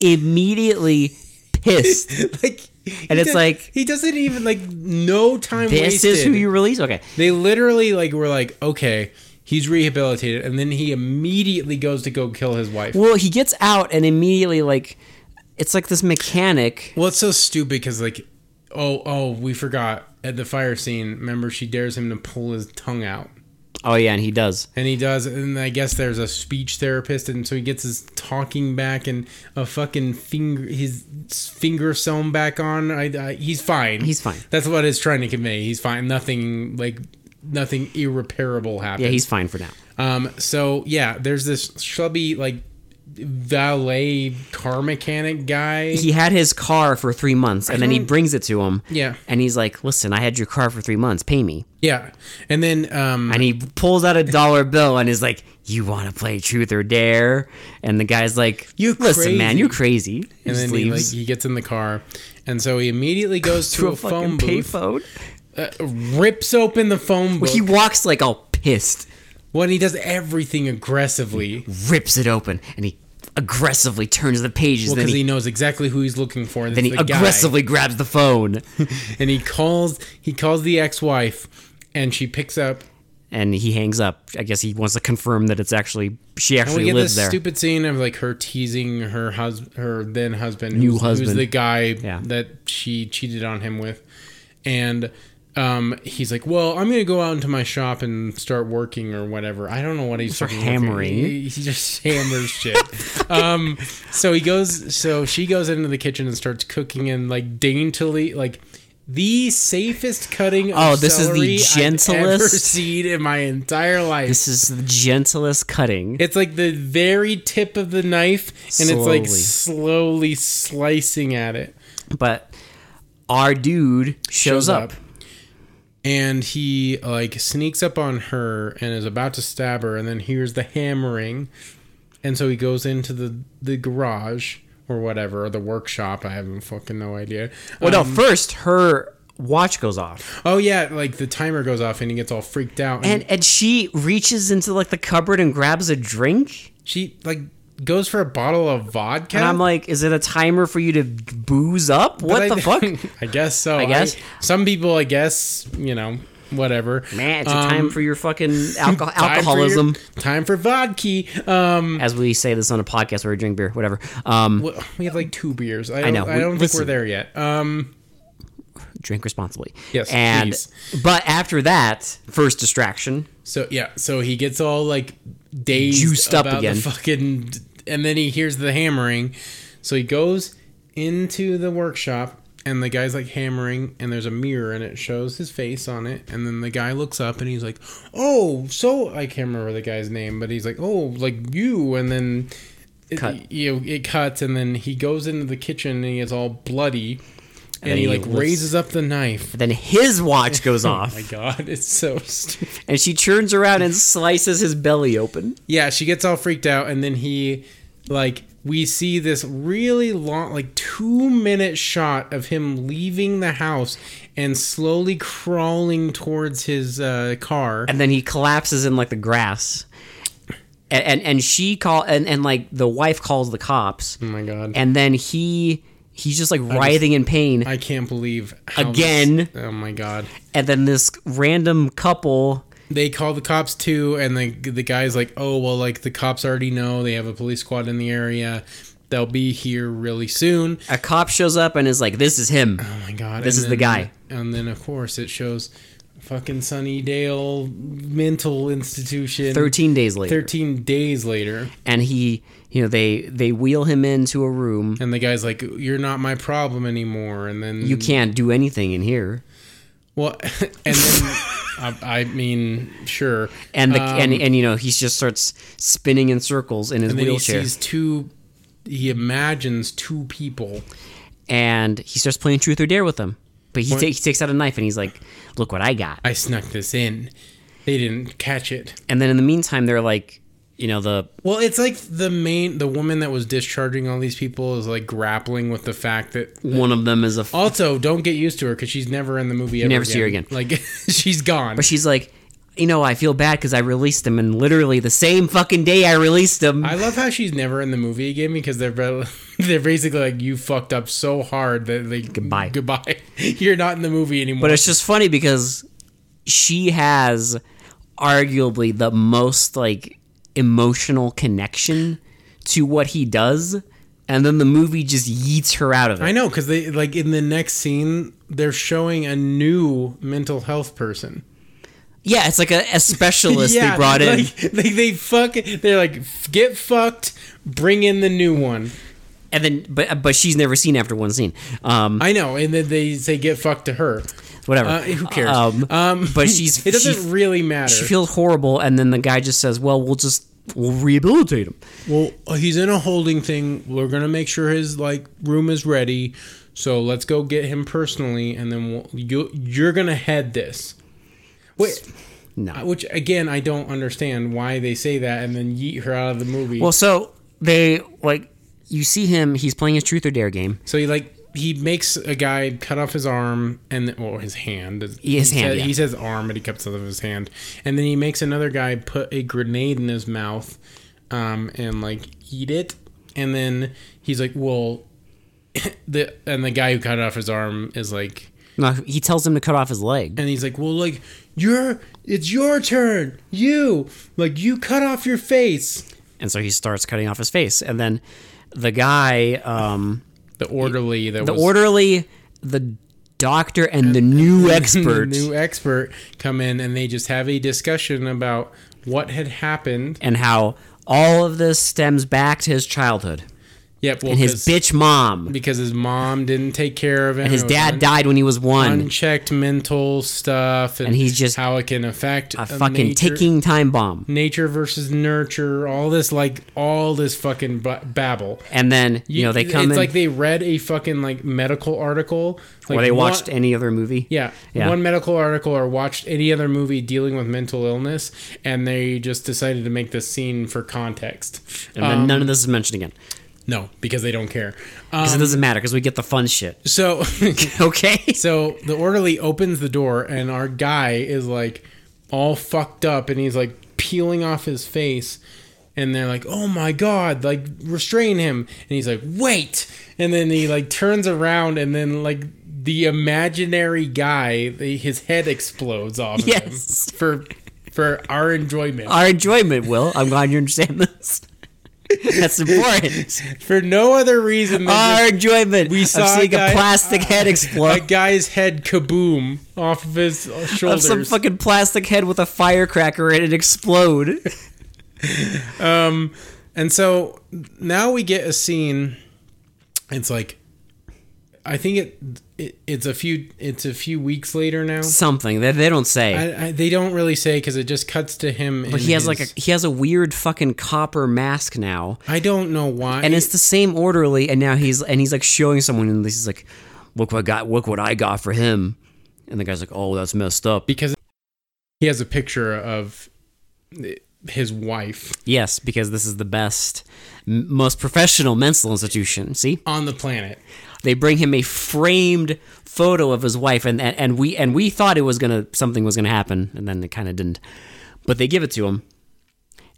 Speaker 2: immediately pissed.
Speaker 1: like.
Speaker 2: And
Speaker 1: he
Speaker 2: it's
Speaker 1: does-
Speaker 2: like-
Speaker 1: he doesn't even like no time.
Speaker 2: this is
Speaker 1: wasted.
Speaker 2: who you release. Okay,
Speaker 1: They literally like were like, okay, He's rehabilitated, and then he immediately goes to go kill his wife.
Speaker 2: Well, he gets out and immediately like it's like this mechanic.
Speaker 1: Well, it's so stupid because like, oh, oh, we forgot at the fire scene. Remember, she dares him to pull his tongue out,
Speaker 2: Oh yeah, and he does.
Speaker 1: and he does. And I guess there's a speech therapist, and so he gets his talking back and a fucking finger, his finger sewn back on. I, I, he's fine.
Speaker 2: He's fine.
Speaker 1: That's what it's trying to convey. He's fine. Nothing like nothing irreparable happened.
Speaker 2: Yeah, he's fine for now.
Speaker 1: Um, so yeah, there's this schlubby like valet car mechanic guy.
Speaker 2: He had his car for three months, and then he brings it to him.
Speaker 1: Yeah.
Speaker 2: and he's like, "Listen, I had your car for three months. Pay me."
Speaker 1: Yeah, and then um,
Speaker 2: And he pulls out a dollar bill and is like, "You want to play Truth or Dare?" And the guy's like,
Speaker 1: You're
Speaker 2: listen, man,
Speaker 1: crazy."
Speaker 2: you're crazy." He
Speaker 1: and
Speaker 2: just
Speaker 1: then he, like,
Speaker 2: leaves
Speaker 1: he gets in the car, and so he immediately goes to,
Speaker 2: to
Speaker 1: a,
Speaker 2: a
Speaker 1: phone
Speaker 2: fucking
Speaker 1: booth,
Speaker 2: payphone.
Speaker 1: uh, rips open the phone book.
Speaker 2: He walks like all pissed,
Speaker 1: when he does everything aggressively,
Speaker 2: rips it open, and he aggressively turns the pages.
Speaker 1: well,
Speaker 2: then
Speaker 1: because
Speaker 2: he,
Speaker 1: he knows exactly who he's looking for. and
Speaker 2: then
Speaker 1: it's
Speaker 2: he
Speaker 1: the guy.
Speaker 2: aggressively grabs the phone,
Speaker 1: and he calls. He calls the ex-wife, and she picks up.
Speaker 2: and he hangs up. I guess he wants to confirm that it's actually she
Speaker 1: And we
Speaker 2: actually
Speaker 1: get this
Speaker 2: lives there.
Speaker 1: stupid scene of like her teasing her hus- her then husband,
Speaker 2: New
Speaker 1: who's, who's
Speaker 2: husband.
Speaker 1: the guy
Speaker 2: Yeah.
Speaker 1: that she cheated on him with, and um, he's like, "Well, I'm gonna go out into my shop and start working or whatever." I don't know what he's
Speaker 2: Start
Speaker 1: fucking working.
Speaker 2: hammering.
Speaker 1: He, he just hammers shit. Um, so he goes. So she goes into the kitchen and starts cooking and like daintily like. The safest cutting. Of
Speaker 2: Oh, this is the
Speaker 1: celery I've ever
Speaker 2: gentlest-
Speaker 1: seen in my entire life.
Speaker 2: This is the gentlest cutting.
Speaker 1: It's like the very tip of the knife, and it's like slowly slicing at it.
Speaker 2: but our dude shows, up.
Speaker 1: And he like sneaks up on her and is about to stab her, and then hears the hammering, and so he goes into the the garage or whatever, or the workshop. I haven't fucking no idea.
Speaker 2: Well,
Speaker 1: Um,
Speaker 2: no, first her watch goes off,
Speaker 1: Oh yeah, like the timer goes off, and he gets all freaked out, and,
Speaker 2: and and she reaches into like the cupboard and grabs a drink,
Speaker 1: she like goes for a bottle of vodka.
Speaker 2: and I'm like, is it a timer for you to booze up? What
Speaker 1: But
Speaker 2: the fuck?
Speaker 1: I- I guess so. I
Speaker 2: guess.
Speaker 1: some people, I guess, you know, whatever.
Speaker 2: Man, it's a
Speaker 1: Um,
Speaker 2: time for your fucking alco-
Speaker 1: time for your-
Speaker 2: alcoholism,
Speaker 1: time for vodka. Um,
Speaker 2: as we say this on a podcast where we drink beer, whatever. Um,
Speaker 1: w- we have like two beers. I, don't
Speaker 2: know.
Speaker 1: I don't think we're
Speaker 2: Listen.
Speaker 1: there yet. Um,
Speaker 2: drink responsibly.
Speaker 1: Yes,
Speaker 2: and
Speaker 1: please.
Speaker 2: but after that, first distraction,
Speaker 1: so yeah, so he gets all like dazed,
Speaker 2: Juiced up
Speaker 1: about
Speaker 2: again.
Speaker 1: the fucking, and then he hears the hammering. So he goes into the workshop. And the guy's like hammering, and there's a mirror, and it shows his face on it. And then the guy looks up, and he's like, "Oh, so I can't remember the guy's name, but he's like, oh, like you." And then it,
Speaker 2: Cut.
Speaker 1: you know, it cuts, and then he goes into the kitchen, and he gets all bloody, and,
Speaker 2: then
Speaker 1: he
Speaker 2: he
Speaker 1: like
Speaker 2: lifts-
Speaker 1: raises up the knife.
Speaker 2: then his watch goes
Speaker 1: Oh
Speaker 2: off,
Speaker 1: my god, it's so stupid.
Speaker 2: and she turns around and slices his belly open.
Speaker 1: Yeah, she gets all freaked out, and then he, like, we see this really long, like, two minute shot of him leaving the house and slowly crawling towards his uh, car.
Speaker 2: and then he collapses in like the grass and and, and she call and, and like the wife calls the cops
Speaker 1: Oh my god.
Speaker 2: and then he he's just like writhing in pain
Speaker 1: I can't believe how this-
Speaker 2: Again.
Speaker 1: oh my god.
Speaker 2: and then this random couple
Speaker 1: They call the cops too, and the the guy's like, "Oh well, like the cops already know they have a police squad in the area. They'll be here really soon."
Speaker 2: a cop shows up and is like this is him
Speaker 1: Oh my god!
Speaker 2: This
Speaker 1: And
Speaker 2: is the guy.
Speaker 1: And then of course it shows fucking Sunnydale mental institution.
Speaker 2: 13 days later
Speaker 1: 13 days later,
Speaker 2: and he you know they they wheel him into a room
Speaker 1: and the guy's like, "You're not my problem anymore." And then
Speaker 2: you can't do anything in here
Speaker 1: well, and then I, I mean, sure.
Speaker 2: and the and,
Speaker 1: Um,
Speaker 2: and you know he just starts spinning in circles in his
Speaker 1: and then
Speaker 2: wheelchair
Speaker 1: he sees two. He imagines two people.
Speaker 2: and he starts playing truth or dare with them but he, ta- he takes out a knife and he's like look what i got
Speaker 1: I snuck this in. They didn't catch it.
Speaker 2: And then in the meantime, they're like, you know, the
Speaker 1: Well, it's like the main the woman that was discharging all these people is like grappling with the fact that
Speaker 2: one of them is a. F-
Speaker 1: Also, don't get used to her because she's never in the movie. You ever
Speaker 2: never see her again.
Speaker 1: Like she's gone.
Speaker 2: but she's like, you know, I feel bad because I released them, and literally the same fucking day I released them.
Speaker 1: I love how she's never in the movie again because they're ba- they're basically like you fucked up so hard that they
Speaker 2: Goodbye.
Speaker 1: goodbye. You're not in the movie anymore.
Speaker 2: but it's just funny because she has arguably the most like emotional connection to what he does, and then the movie just yeets her out of it.
Speaker 1: I know because they like in the next scene they're showing a new mental health person.
Speaker 2: yeah, it's like a, a specialist they brought in.
Speaker 1: like, They, they fuck. They're like "F- get fucked. Bring in the new one.
Speaker 2: and then but but she's never seen after one scene. Um,
Speaker 1: I know, and then they say get fucked to her.
Speaker 2: whatever.
Speaker 1: Uh, who cares?
Speaker 2: Um, but she's
Speaker 1: It doesn't
Speaker 2: she,
Speaker 1: really matter.
Speaker 2: she feels horrible, and then the guy just says, "Well, we'll just we'll rehabilitate him."
Speaker 1: well, uh, he's in a holding thing. We're gonna make sure his like room is ready. So let's go get him personally, and then we'll, you you're gonna head this. Wait,
Speaker 2: No.
Speaker 1: Uh, Which again, I don't understand why they say that and then yeet her out of the movie.
Speaker 2: Well, so they like you see him. He's playing his truth or dare game.
Speaker 1: so he like he makes a guy cut off his arm and well his hand. His
Speaker 2: His hand,
Speaker 1: Says,
Speaker 2: yeah.
Speaker 1: He says arm, but he cuts off his hand, and then he makes another guy put a grenade in his mouth, um, and like eat it, and then he's like, well, the and the guy who cut off his arm is like.
Speaker 2: No, he tells him to cut off his leg.
Speaker 1: and he's like, "Well, like you're, it's your turn. You, like you cut off your face."
Speaker 2: And so he starts cutting off his face. And then the guy, um,
Speaker 1: The orderly that
Speaker 2: the
Speaker 1: was
Speaker 2: orderly, the doctor, and the new expert.
Speaker 1: the new expert come in and they just have a discussion about what had happened.
Speaker 2: and how all of this stems back to his childhood
Speaker 1: Yep, well,
Speaker 2: and his
Speaker 1: 'cause-
Speaker 2: bitch mom.
Speaker 1: because his mom didn't take care of him.
Speaker 2: His
Speaker 1: It was
Speaker 2: dad
Speaker 1: un-
Speaker 2: died when he was one.
Speaker 1: unchecked mental stuff, and,
Speaker 2: And he's just
Speaker 1: how it can affect
Speaker 2: A fucking
Speaker 1: nature,
Speaker 2: ticking time bomb.
Speaker 1: nature versus nurture. All this like all this fucking ba- babble.
Speaker 2: And then you, know they come
Speaker 1: It's
Speaker 2: in
Speaker 1: like they read a fucking like medical article, like
Speaker 2: or they
Speaker 1: one-
Speaker 2: watched any other movie.
Speaker 1: Yeah.
Speaker 2: Yeah.
Speaker 1: One medical article or watched any other movie dealing with mental illness, and they just decided to make this scene for context.
Speaker 2: And then none of this is mentioned again
Speaker 1: No, because they don't care.
Speaker 2: because
Speaker 1: Um,
Speaker 2: it doesn't matter because we get the fun shit.
Speaker 1: so,
Speaker 2: Okay.
Speaker 1: so the orderly opens the door, and our guy is like all fucked up, and he's like peeling off his face. And they're like, "Oh my god!" Like restrain him, and he's like, "Wait!" And then he like turns around, and then like the imaginary guy, the, his head explodes off. of him.
Speaker 2: Yes. Uh,
Speaker 1: for for our enjoyment.
Speaker 2: Our enjoyment, Will. I'm glad you understand this. That's important.
Speaker 1: For no other reason than
Speaker 2: Our
Speaker 1: just
Speaker 2: enjoyment.
Speaker 1: We
Speaker 2: of
Speaker 1: saw a
Speaker 2: seeing
Speaker 1: guy-
Speaker 2: a plastic head
Speaker 1: that
Speaker 2: explode.
Speaker 1: guy's head kaboom off of his
Speaker 2: Of
Speaker 1: shoulders.
Speaker 2: some fucking plastic head with a firecracker in it explode.
Speaker 1: and so now we get a scene. It's like I think it, it it's a few it's a few weeks later now.
Speaker 2: Something that they don't say.
Speaker 1: I, I, they don't really say because it just cuts to him. But
Speaker 2: he has like a he has a weird fucking copper mask now,
Speaker 1: I don't know why.
Speaker 2: and it's the same orderly. And now he's and he's like showing someone, and he's like, "Look what I got! Look what I got for him!" And the guy's like, "Oh, that's messed up."
Speaker 1: because he has a picture of his wife
Speaker 2: Yes, because this is the best, m- most professional mental institution. See,
Speaker 1: on the planet.
Speaker 2: they bring him a framed photo of his wife, and and, and we and we thought it was gonna something was gonna happen, and then it kind of didn't. But they give it to him,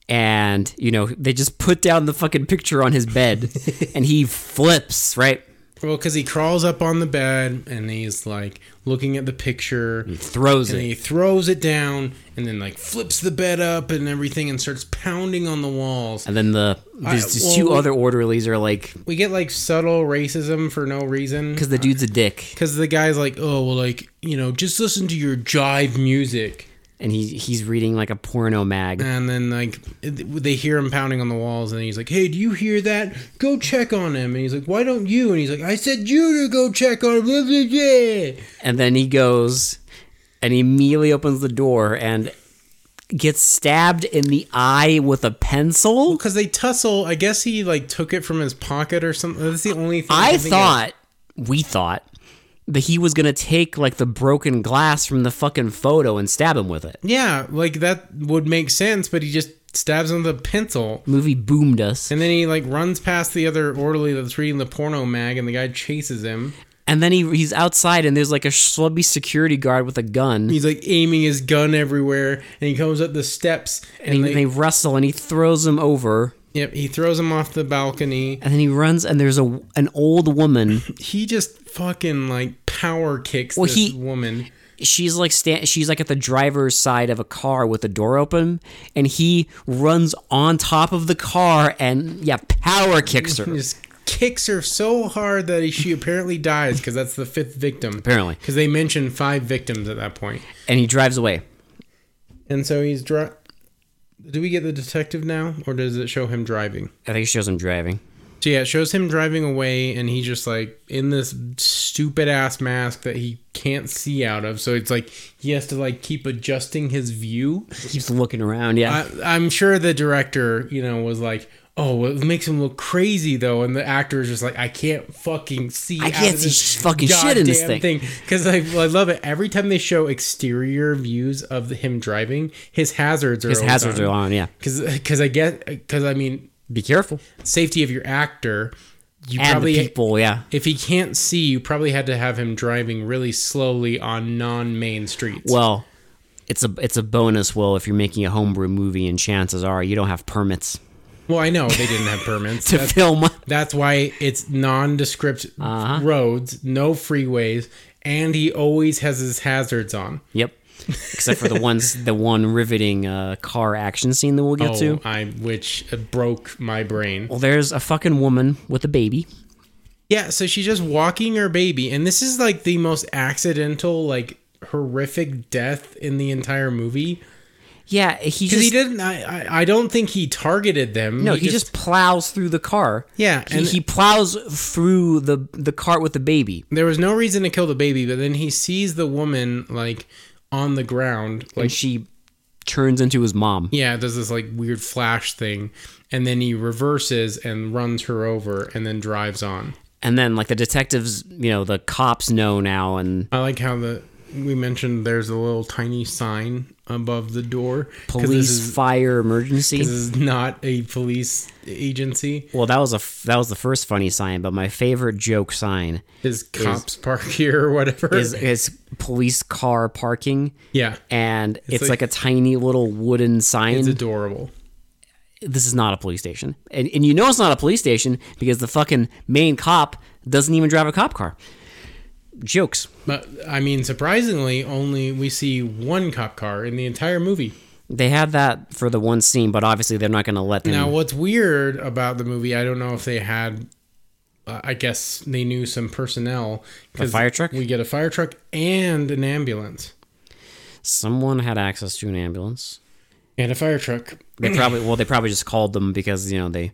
Speaker 2: and you know they just put down the fucking picture on his bed, and he flips right.
Speaker 1: Well, because he crawls up on the bed and he's like looking at the picture.
Speaker 2: Mm. throws
Speaker 1: and
Speaker 2: it.
Speaker 1: he throws it down and then like flips the bed up and everything and starts pounding on the walls.
Speaker 2: And then the there's just
Speaker 1: well,
Speaker 2: two
Speaker 1: we-
Speaker 2: other orderlies are like,
Speaker 1: We get like subtle racism for no reason
Speaker 2: because the dude's a dick,
Speaker 1: because the guy's like, oh well, like you know, just listen to your jive music,
Speaker 2: and he he's reading like a porno mag.
Speaker 1: and then like it- they hear him pounding on the walls, and he's like, hey, do you hear that? Go check on him, and he's like, why don't you? And he's like, I said you to go check on him. Blah, blah, blah.
Speaker 2: And then he goes, and he immediately opens the door and gets stabbed in the eye with a pencil.
Speaker 1: Because they tussle, I guess he like took it from his pocket or something. That's the only thing
Speaker 2: I
Speaker 1: can think of.
Speaker 2: thought, we thought, that he was gonna take like the broken glass from the fucking photo and stab him with it.
Speaker 1: Yeah, like that would make sense, but he just stabs him with a pencil.
Speaker 2: Movie boomed us.
Speaker 1: And then he like runs past the other orderly that's reading the porno mag, and the guy chases him.
Speaker 2: And then he he's outside, and there's like a schlubby security guard with a gun.
Speaker 1: He's like aiming his gun everywhere, and he comes up the steps, and,
Speaker 2: and
Speaker 1: they,
Speaker 2: he- they wrestle, and he throws him over.
Speaker 1: yep, he throws him off the balcony.
Speaker 2: and then he runs and there's a an old woman
Speaker 1: He just fucking like power kicks
Speaker 2: Well,
Speaker 1: this
Speaker 2: he-
Speaker 1: woman.
Speaker 2: she's like sta- she's like at the driver's side of a car with the door open and he runs on top of the car and yeah power kicks her
Speaker 1: Just kicks her so hard that she apparently dies because that's the fifth victim.
Speaker 2: Apparently.
Speaker 1: because they mentioned five victims at that point.
Speaker 2: and he drives away
Speaker 1: And so he's dri Do we get the detective now, or does it show him driving?
Speaker 2: i think it shows him driving
Speaker 1: So yeah, it shows him driving away, and he's just like in this stupid ass mask that he can't see out of. So it's like he has to like keep adjusting his view.
Speaker 2: he keeps looking around yeah
Speaker 1: I, I'm sure the director, you know, was like, "Oh, well, it makes him look crazy though," and the actor is just like, "I can't fucking see.
Speaker 2: I can't see sh- fucking shit in this thing."
Speaker 1: Because I, I love it every time they show exterior views of him driving. His hazards are
Speaker 2: his hazards are on yeah
Speaker 1: because because I get because I mean
Speaker 2: be careful
Speaker 1: safety of your actor. You
Speaker 2: and
Speaker 1: probably
Speaker 2: the people yeah
Speaker 1: if he can't see, you probably had to have him driving really slowly on non-main streets.
Speaker 2: well it's a it's a bonus well if you're making a homebrew movie and chances are you don't have permits
Speaker 1: well, I know they didn't have permits.
Speaker 2: to
Speaker 1: That's-
Speaker 2: film
Speaker 1: That's why it's nondescript
Speaker 2: Uh-huh.
Speaker 1: roads, no freeways, and he always has his hazards on.
Speaker 2: yep except for the ones the one riveting uh, car action scene that we'll get to
Speaker 1: Oh, I which broke my brain.
Speaker 2: Well, there's a fucking woman with a baby.
Speaker 1: Yeah, so she's just walking her baby, and this is like the most accidental, like horrific death in the entire movie
Speaker 2: Yeah, he
Speaker 1: because
Speaker 2: just
Speaker 1: he didn't. I, I I don't think he targeted them.
Speaker 2: no, he, just, plows through the car.
Speaker 1: Yeah,
Speaker 2: he,
Speaker 1: and-
Speaker 2: he plows through the the cart with the baby.
Speaker 1: there was no reason to kill the baby, but then he sees the woman like on the ground, like
Speaker 2: and she turns into his mom.
Speaker 1: yeah, it does this like weird flash thing, and then he reverses and runs her over, and then drives on.
Speaker 2: And then like the detectives, you know, the cops know now, and
Speaker 1: I like how the we mentioned there's a little tiny sign above the door. 'cause
Speaker 2: police,
Speaker 1: This is,
Speaker 2: fire, emergency.
Speaker 1: this is not a police agency.
Speaker 2: well, that was a f- that was the first funny sign, but my favorite joke sign
Speaker 1: Is cops park here or whatever?
Speaker 2: is is police car parking.
Speaker 1: yeah,
Speaker 2: And it's,
Speaker 1: like-
Speaker 2: like, a tiny little wooden sign.
Speaker 1: it's adorable.
Speaker 2: this is not a police station. And, and you know it's not a police station because the fucking main cop doesn't even drive a cop car. Jokes.
Speaker 1: But I mean, surprisingly, only we see one cop car in the entire movie.
Speaker 2: They had that for the one scene, but obviously they're not going to let them.
Speaker 1: Now, what's weird about the movie, I don't know if they had, uh, I guess they knew some personnel. 'cause
Speaker 2: A fire truck?
Speaker 1: We get a fire truck and an ambulance.
Speaker 2: Someone had access to an ambulance.
Speaker 1: And a fire truck.
Speaker 2: They probably well, they probably just called them because you know they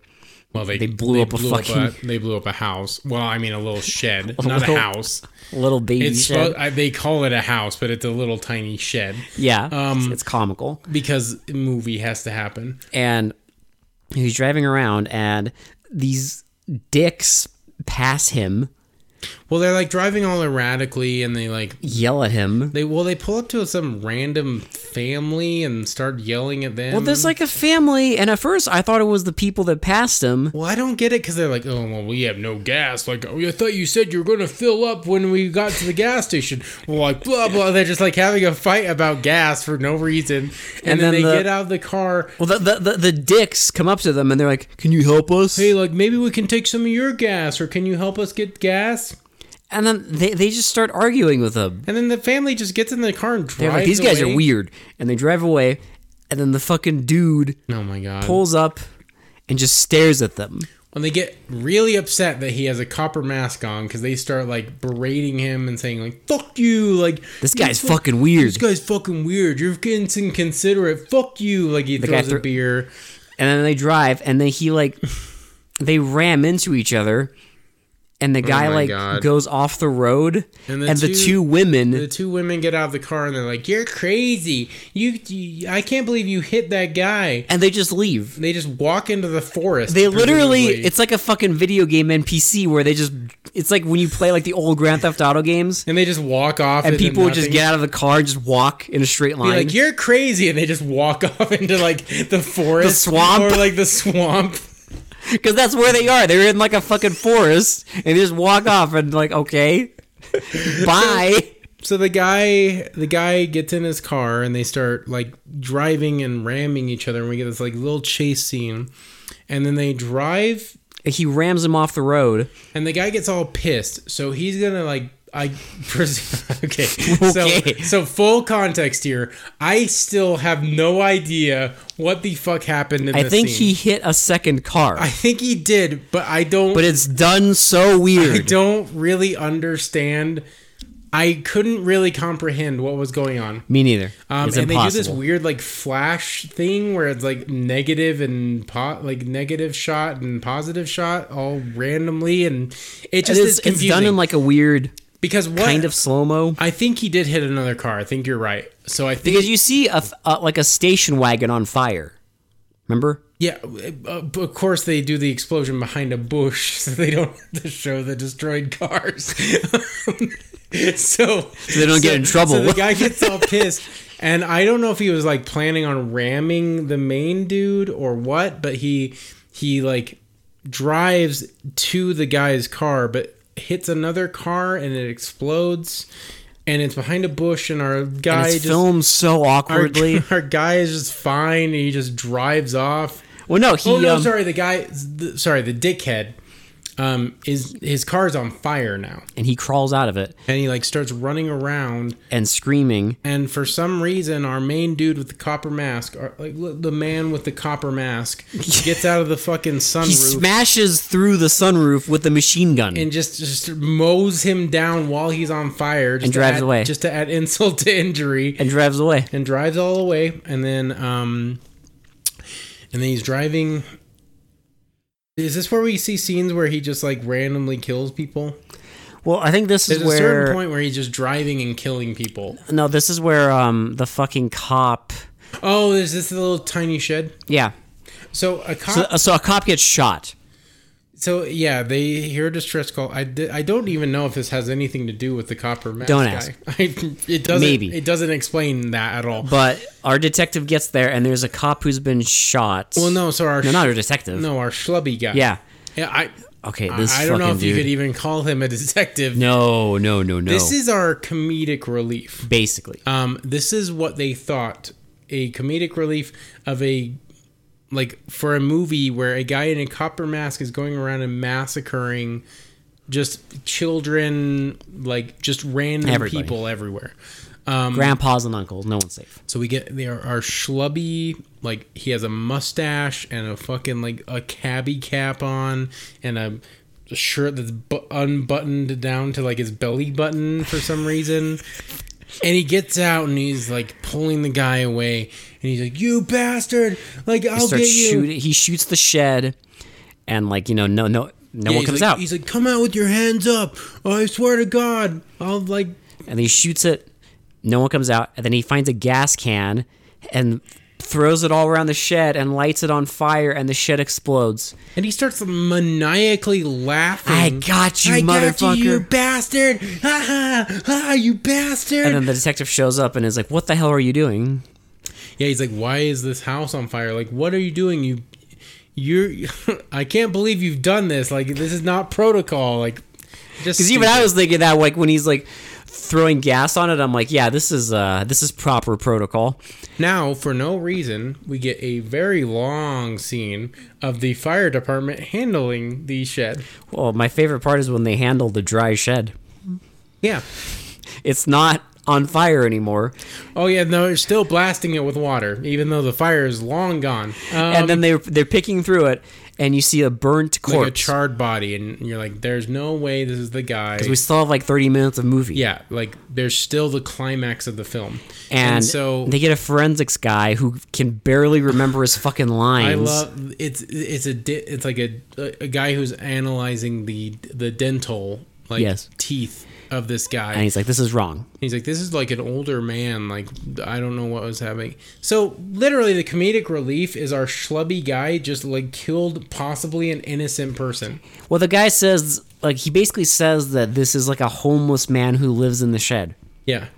Speaker 1: Well, they,
Speaker 2: They blew up a fucking-
Speaker 1: they blew up a house. Well, I mean, a little shed, not
Speaker 2: little
Speaker 1: a house.
Speaker 2: little baby.
Speaker 1: It's
Speaker 2: shed.
Speaker 1: spo- I, they call it a house, but it's a little tiny shed
Speaker 2: yeah, it's, it's comical.
Speaker 1: because a movie has to happen.
Speaker 2: And he's driving around, and these dicks pass him,
Speaker 1: Well, they're like driving all erratically, and they like
Speaker 2: yell at him.
Speaker 1: they well they pull up to some random family and start yelling at them.
Speaker 2: Well, there's like a family, and at first I thought it was the people that passed him.
Speaker 1: Well, I don't get it because they're like, oh, well, we have no gas. Like, oh, I thought you said you were going to fill up when we got to the gas station. Well, like, blah, blah. They're just like having a fight about gas for no reason. And, then,
Speaker 2: then
Speaker 1: they
Speaker 2: the-
Speaker 1: get out of the car.
Speaker 2: Well, the, the, the, the dicks come up to them and they're like, Can you help us?
Speaker 1: Hey, like, maybe we can take some of your gas or can you help us get gas?
Speaker 2: And then they, they just start arguing with them.
Speaker 1: And then the family just gets in the car and drives
Speaker 2: They're like, These guys
Speaker 1: away.
Speaker 2: are weird. And they drive away. And then the fucking dude
Speaker 1: Oh, my God.
Speaker 2: pulls up and just stares at them.
Speaker 1: when they get really upset that he has a copper mask on because they start, like, berating him and saying, like, fuck you. Like,
Speaker 2: This guy's
Speaker 1: fucking.
Speaker 2: fucking weird.
Speaker 1: This guy's fucking weird. You're getting inconsiderate. Fuck you. Like he
Speaker 2: guy
Speaker 1: throws a
Speaker 2: threw-
Speaker 1: beer.
Speaker 2: And then they drive and then he like, they ram into each other. And the guy
Speaker 1: Oh my
Speaker 2: like
Speaker 1: God.
Speaker 2: goes off the road.
Speaker 1: And
Speaker 2: And
Speaker 1: the
Speaker 2: the,
Speaker 1: two-
Speaker 2: two, women.
Speaker 1: The two women get out of the car and they're like, "You're crazy. You, you I can't believe you hit that guy."
Speaker 2: and they just leave.
Speaker 1: They just walk into the forest.
Speaker 2: They literally,
Speaker 1: presumably.
Speaker 2: it's like a fucking video game NPC where they just, it's like when you play like the old Grand Theft Auto games
Speaker 1: and they just walk off
Speaker 2: and
Speaker 1: into
Speaker 2: people would just
Speaker 1: nothing.
Speaker 2: get out of the car and just walk in a straight
Speaker 1: Be
Speaker 2: line.
Speaker 1: like, "You're crazy," and they just walk off into like the forest,
Speaker 2: swamp.
Speaker 1: or like the swamp.
Speaker 2: Because that's where they are. They're in like a fucking forest and they just walk off and like, okay, bye.
Speaker 1: So the guy, the guy gets in his car and they start like driving and ramming each other, and we get this like little chase scene, and then they drive
Speaker 2: he rams him off the road.
Speaker 1: And the guy gets all pissed, so he's gonna like I pres- okay. So
Speaker 2: Okay.
Speaker 1: so full context here. I still have no idea what the fuck happened in
Speaker 2: I
Speaker 1: this
Speaker 2: think
Speaker 1: scene.
Speaker 2: he hit a second car,
Speaker 1: I think he did, but I don't
Speaker 2: but it's done so
Speaker 1: I
Speaker 2: weird.
Speaker 1: don't really understand. I couldn't really comprehend what was going on.
Speaker 2: Me neither.
Speaker 1: Um,
Speaker 2: it's
Speaker 1: and they do
Speaker 2: impossible.
Speaker 1: this weird like flash thing where it's like negative and po- like negative shot and positive shot all randomly, and it
Speaker 2: It
Speaker 1: just
Speaker 2: is-
Speaker 1: is,
Speaker 2: it's
Speaker 1: confusing
Speaker 2: done in like a weird
Speaker 1: because what
Speaker 2: kind of slow mo.
Speaker 1: I think he did hit another car. I think you're right. So I think
Speaker 2: Because you see a, a like a station wagon on fire. Remember?
Speaker 1: yeah, uh, of course they do the explosion behind a bush, so they don't have to show the destroyed cars. so
Speaker 2: they don't get in trouble.
Speaker 1: So the guy gets all pissed, and I don't know if he was like planning on ramming the main dude or what, but he he like drives to the guy's car, but hits another car and it explodes, and it's behind a bush, and our guy
Speaker 2: And it's
Speaker 1: just.
Speaker 2: filmed so
Speaker 1: our,
Speaker 2: awkwardly.
Speaker 1: our guy is just fine and he just drives off.
Speaker 2: well, no, he.
Speaker 1: Oh no,
Speaker 2: um,
Speaker 1: sorry, the guy the, sorry, the dickhead um is his car's on fire now.
Speaker 2: and he crawls out of it
Speaker 1: And he like starts running around
Speaker 2: and screaming.
Speaker 1: and for some reason our main dude with the copper mask or like l- the man with the copper mask gets out of the fucking
Speaker 2: He
Speaker 1: sunroof
Speaker 2: smashes through the sunroof with a machine gun.
Speaker 1: and just just mows him down while he's on fire just
Speaker 2: And
Speaker 1: to
Speaker 2: drives
Speaker 1: add-
Speaker 2: away.
Speaker 1: just to add insult to injury.
Speaker 2: and drives away.
Speaker 1: and drives all the way and then um and then he's driving is this where we see scenes where he just like randomly kills people
Speaker 2: Well, I think this
Speaker 1: there's
Speaker 2: is
Speaker 1: a certain
Speaker 2: where
Speaker 1: point where he's just driving and killing people
Speaker 2: no, this is where um the fucking cop.
Speaker 1: oh there's this little tiny shed
Speaker 2: Yeah,
Speaker 1: so a cop
Speaker 2: so, uh,
Speaker 1: so,
Speaker 2: so a cop gets shot.
Speaker 1: yeah they hear a distress call I, di- I don't even know if this has anything to do with the copper mask
Speaker 2: Don't
Speaker 1: guy.
Speaker 2: ask.
Speaker 1: I, it doesn't
Speaker 2: Maybe.
Speaker 1: it doesn't explain that at all
Speaker 2: But our detective gets there, and there's a cop who's been shot.
Speaker 1: well Oh, no so our
Speaker 2: no, not
Speaker 1: sh-
Speaker 2: our detective.
Speaker 1: no our schlubby guy
Speaker 2: Yeah.
Speaker 1: yeah i
Speaker 2: Okay,
Speaker 1: I-
Speaker 2: this
Speaker 1: I,
Speaker 2: fucking
Speaker 1: don't know if
Speaker 2: dude.
Speaker 1: you could even call him a detective
Speaker 2: no, no, no, no.
Speaker 1: This is our comedic relief.
Speaker 2: basically
Speaker 1: Um, this is what they thought a comedic relief of a like for a movie where a guy in a copper mask is going around and massacring just children, like just random
Speaker 2: Everybody.
Speaker 1: people everywhere.
Speaker 2: grandpas and uncles. No one's safe.
Speaker 1: So we get there our schlubby, like he has a mustache and a fucking like a cabbie cap on and a shirt that's bu- unbuttoned down to like his belly button for some reason. And he gets out and he's like pulling the guy away and he's like, "You bastard! Like I'll get
Speaker 2: Starts
Speaker 1: you."
Speaker 2: shooting. He shoots the shed, and like you know, no, no,
Speaker 1: Yeah,
Speaker 2: no one
Speaker 1: he's
Speaker 2: comes
Speaker 1: like-
Speaker 2: out.
Speaker 1: He's like, "Come out with your hands up! I swear to God, I'll like."
Speaker 2: and he shoots it. No one comes out, and then he finds a gas can and throws it all around the shed and lights it on fire, and the shed explodes.
Speaker 1: And he starts maniacally laughing.
Speaker 2: I got you,
Speaker 1: I
Speaker 2: motherfucker!
Speaker 1: Got you, you bastard! Ha ha! Ha! You bastard!
Speaker 2: and then the detective shows up and is like, "What the hell are you doing?"
Speaker 1: yeah, he's like, "Why is this house on fire? Like, what are you doing? You, you're. I can't believe you've done this. Like, this is not protocol. Like, just
Speaker 2: Because even I was thinking that, like when he's like throwing gas on it, I'm like, "Yeah, this is uh, this is proper protocol."
Speaker 1: now for no reason we get a very long scene of the fire department handling the shed.
Speaker 2: Well, my favorite part is when they handle the dry shed.
Speaker 1: Yeah.
Speaker 2: It's not on fire anymore.
Speaker 1: Oh yeah, no, they're still blasting it with water, even though the fire is long gone. Um,
Speaker 2: and then they're they're picking through it, and you see a burnt corpse.
Speaker 1: like a charred body, and you're like, "There's no way this is the guy."
Speaker 2: we still have like 30 minutes of movie.
Speaker 1: yeah, like there's still the climax of the film,
Speaker 2: And,
Speaker 1: so
Speaker 2: they get a forensics guy who can barely remember his fucking lines.
Speaker 1: I love it's it's a di- it's like a a guy who's analyzing the the dental like
Speaker 2: Yes.
Speaker 1: teeth of this guy.
Speaker 2: and he's like, this is wrong.
Speaker 1: He's like, this is like an older man. Like, I don't know what was happening. So, literally, the comedic relief is our schlubby guy just like killed possibly an innocent person.
Speaker 2: Well, the guy says, like, he basically says that this is like a homeless man who lives in the shed.
Speaker 1: Yeah.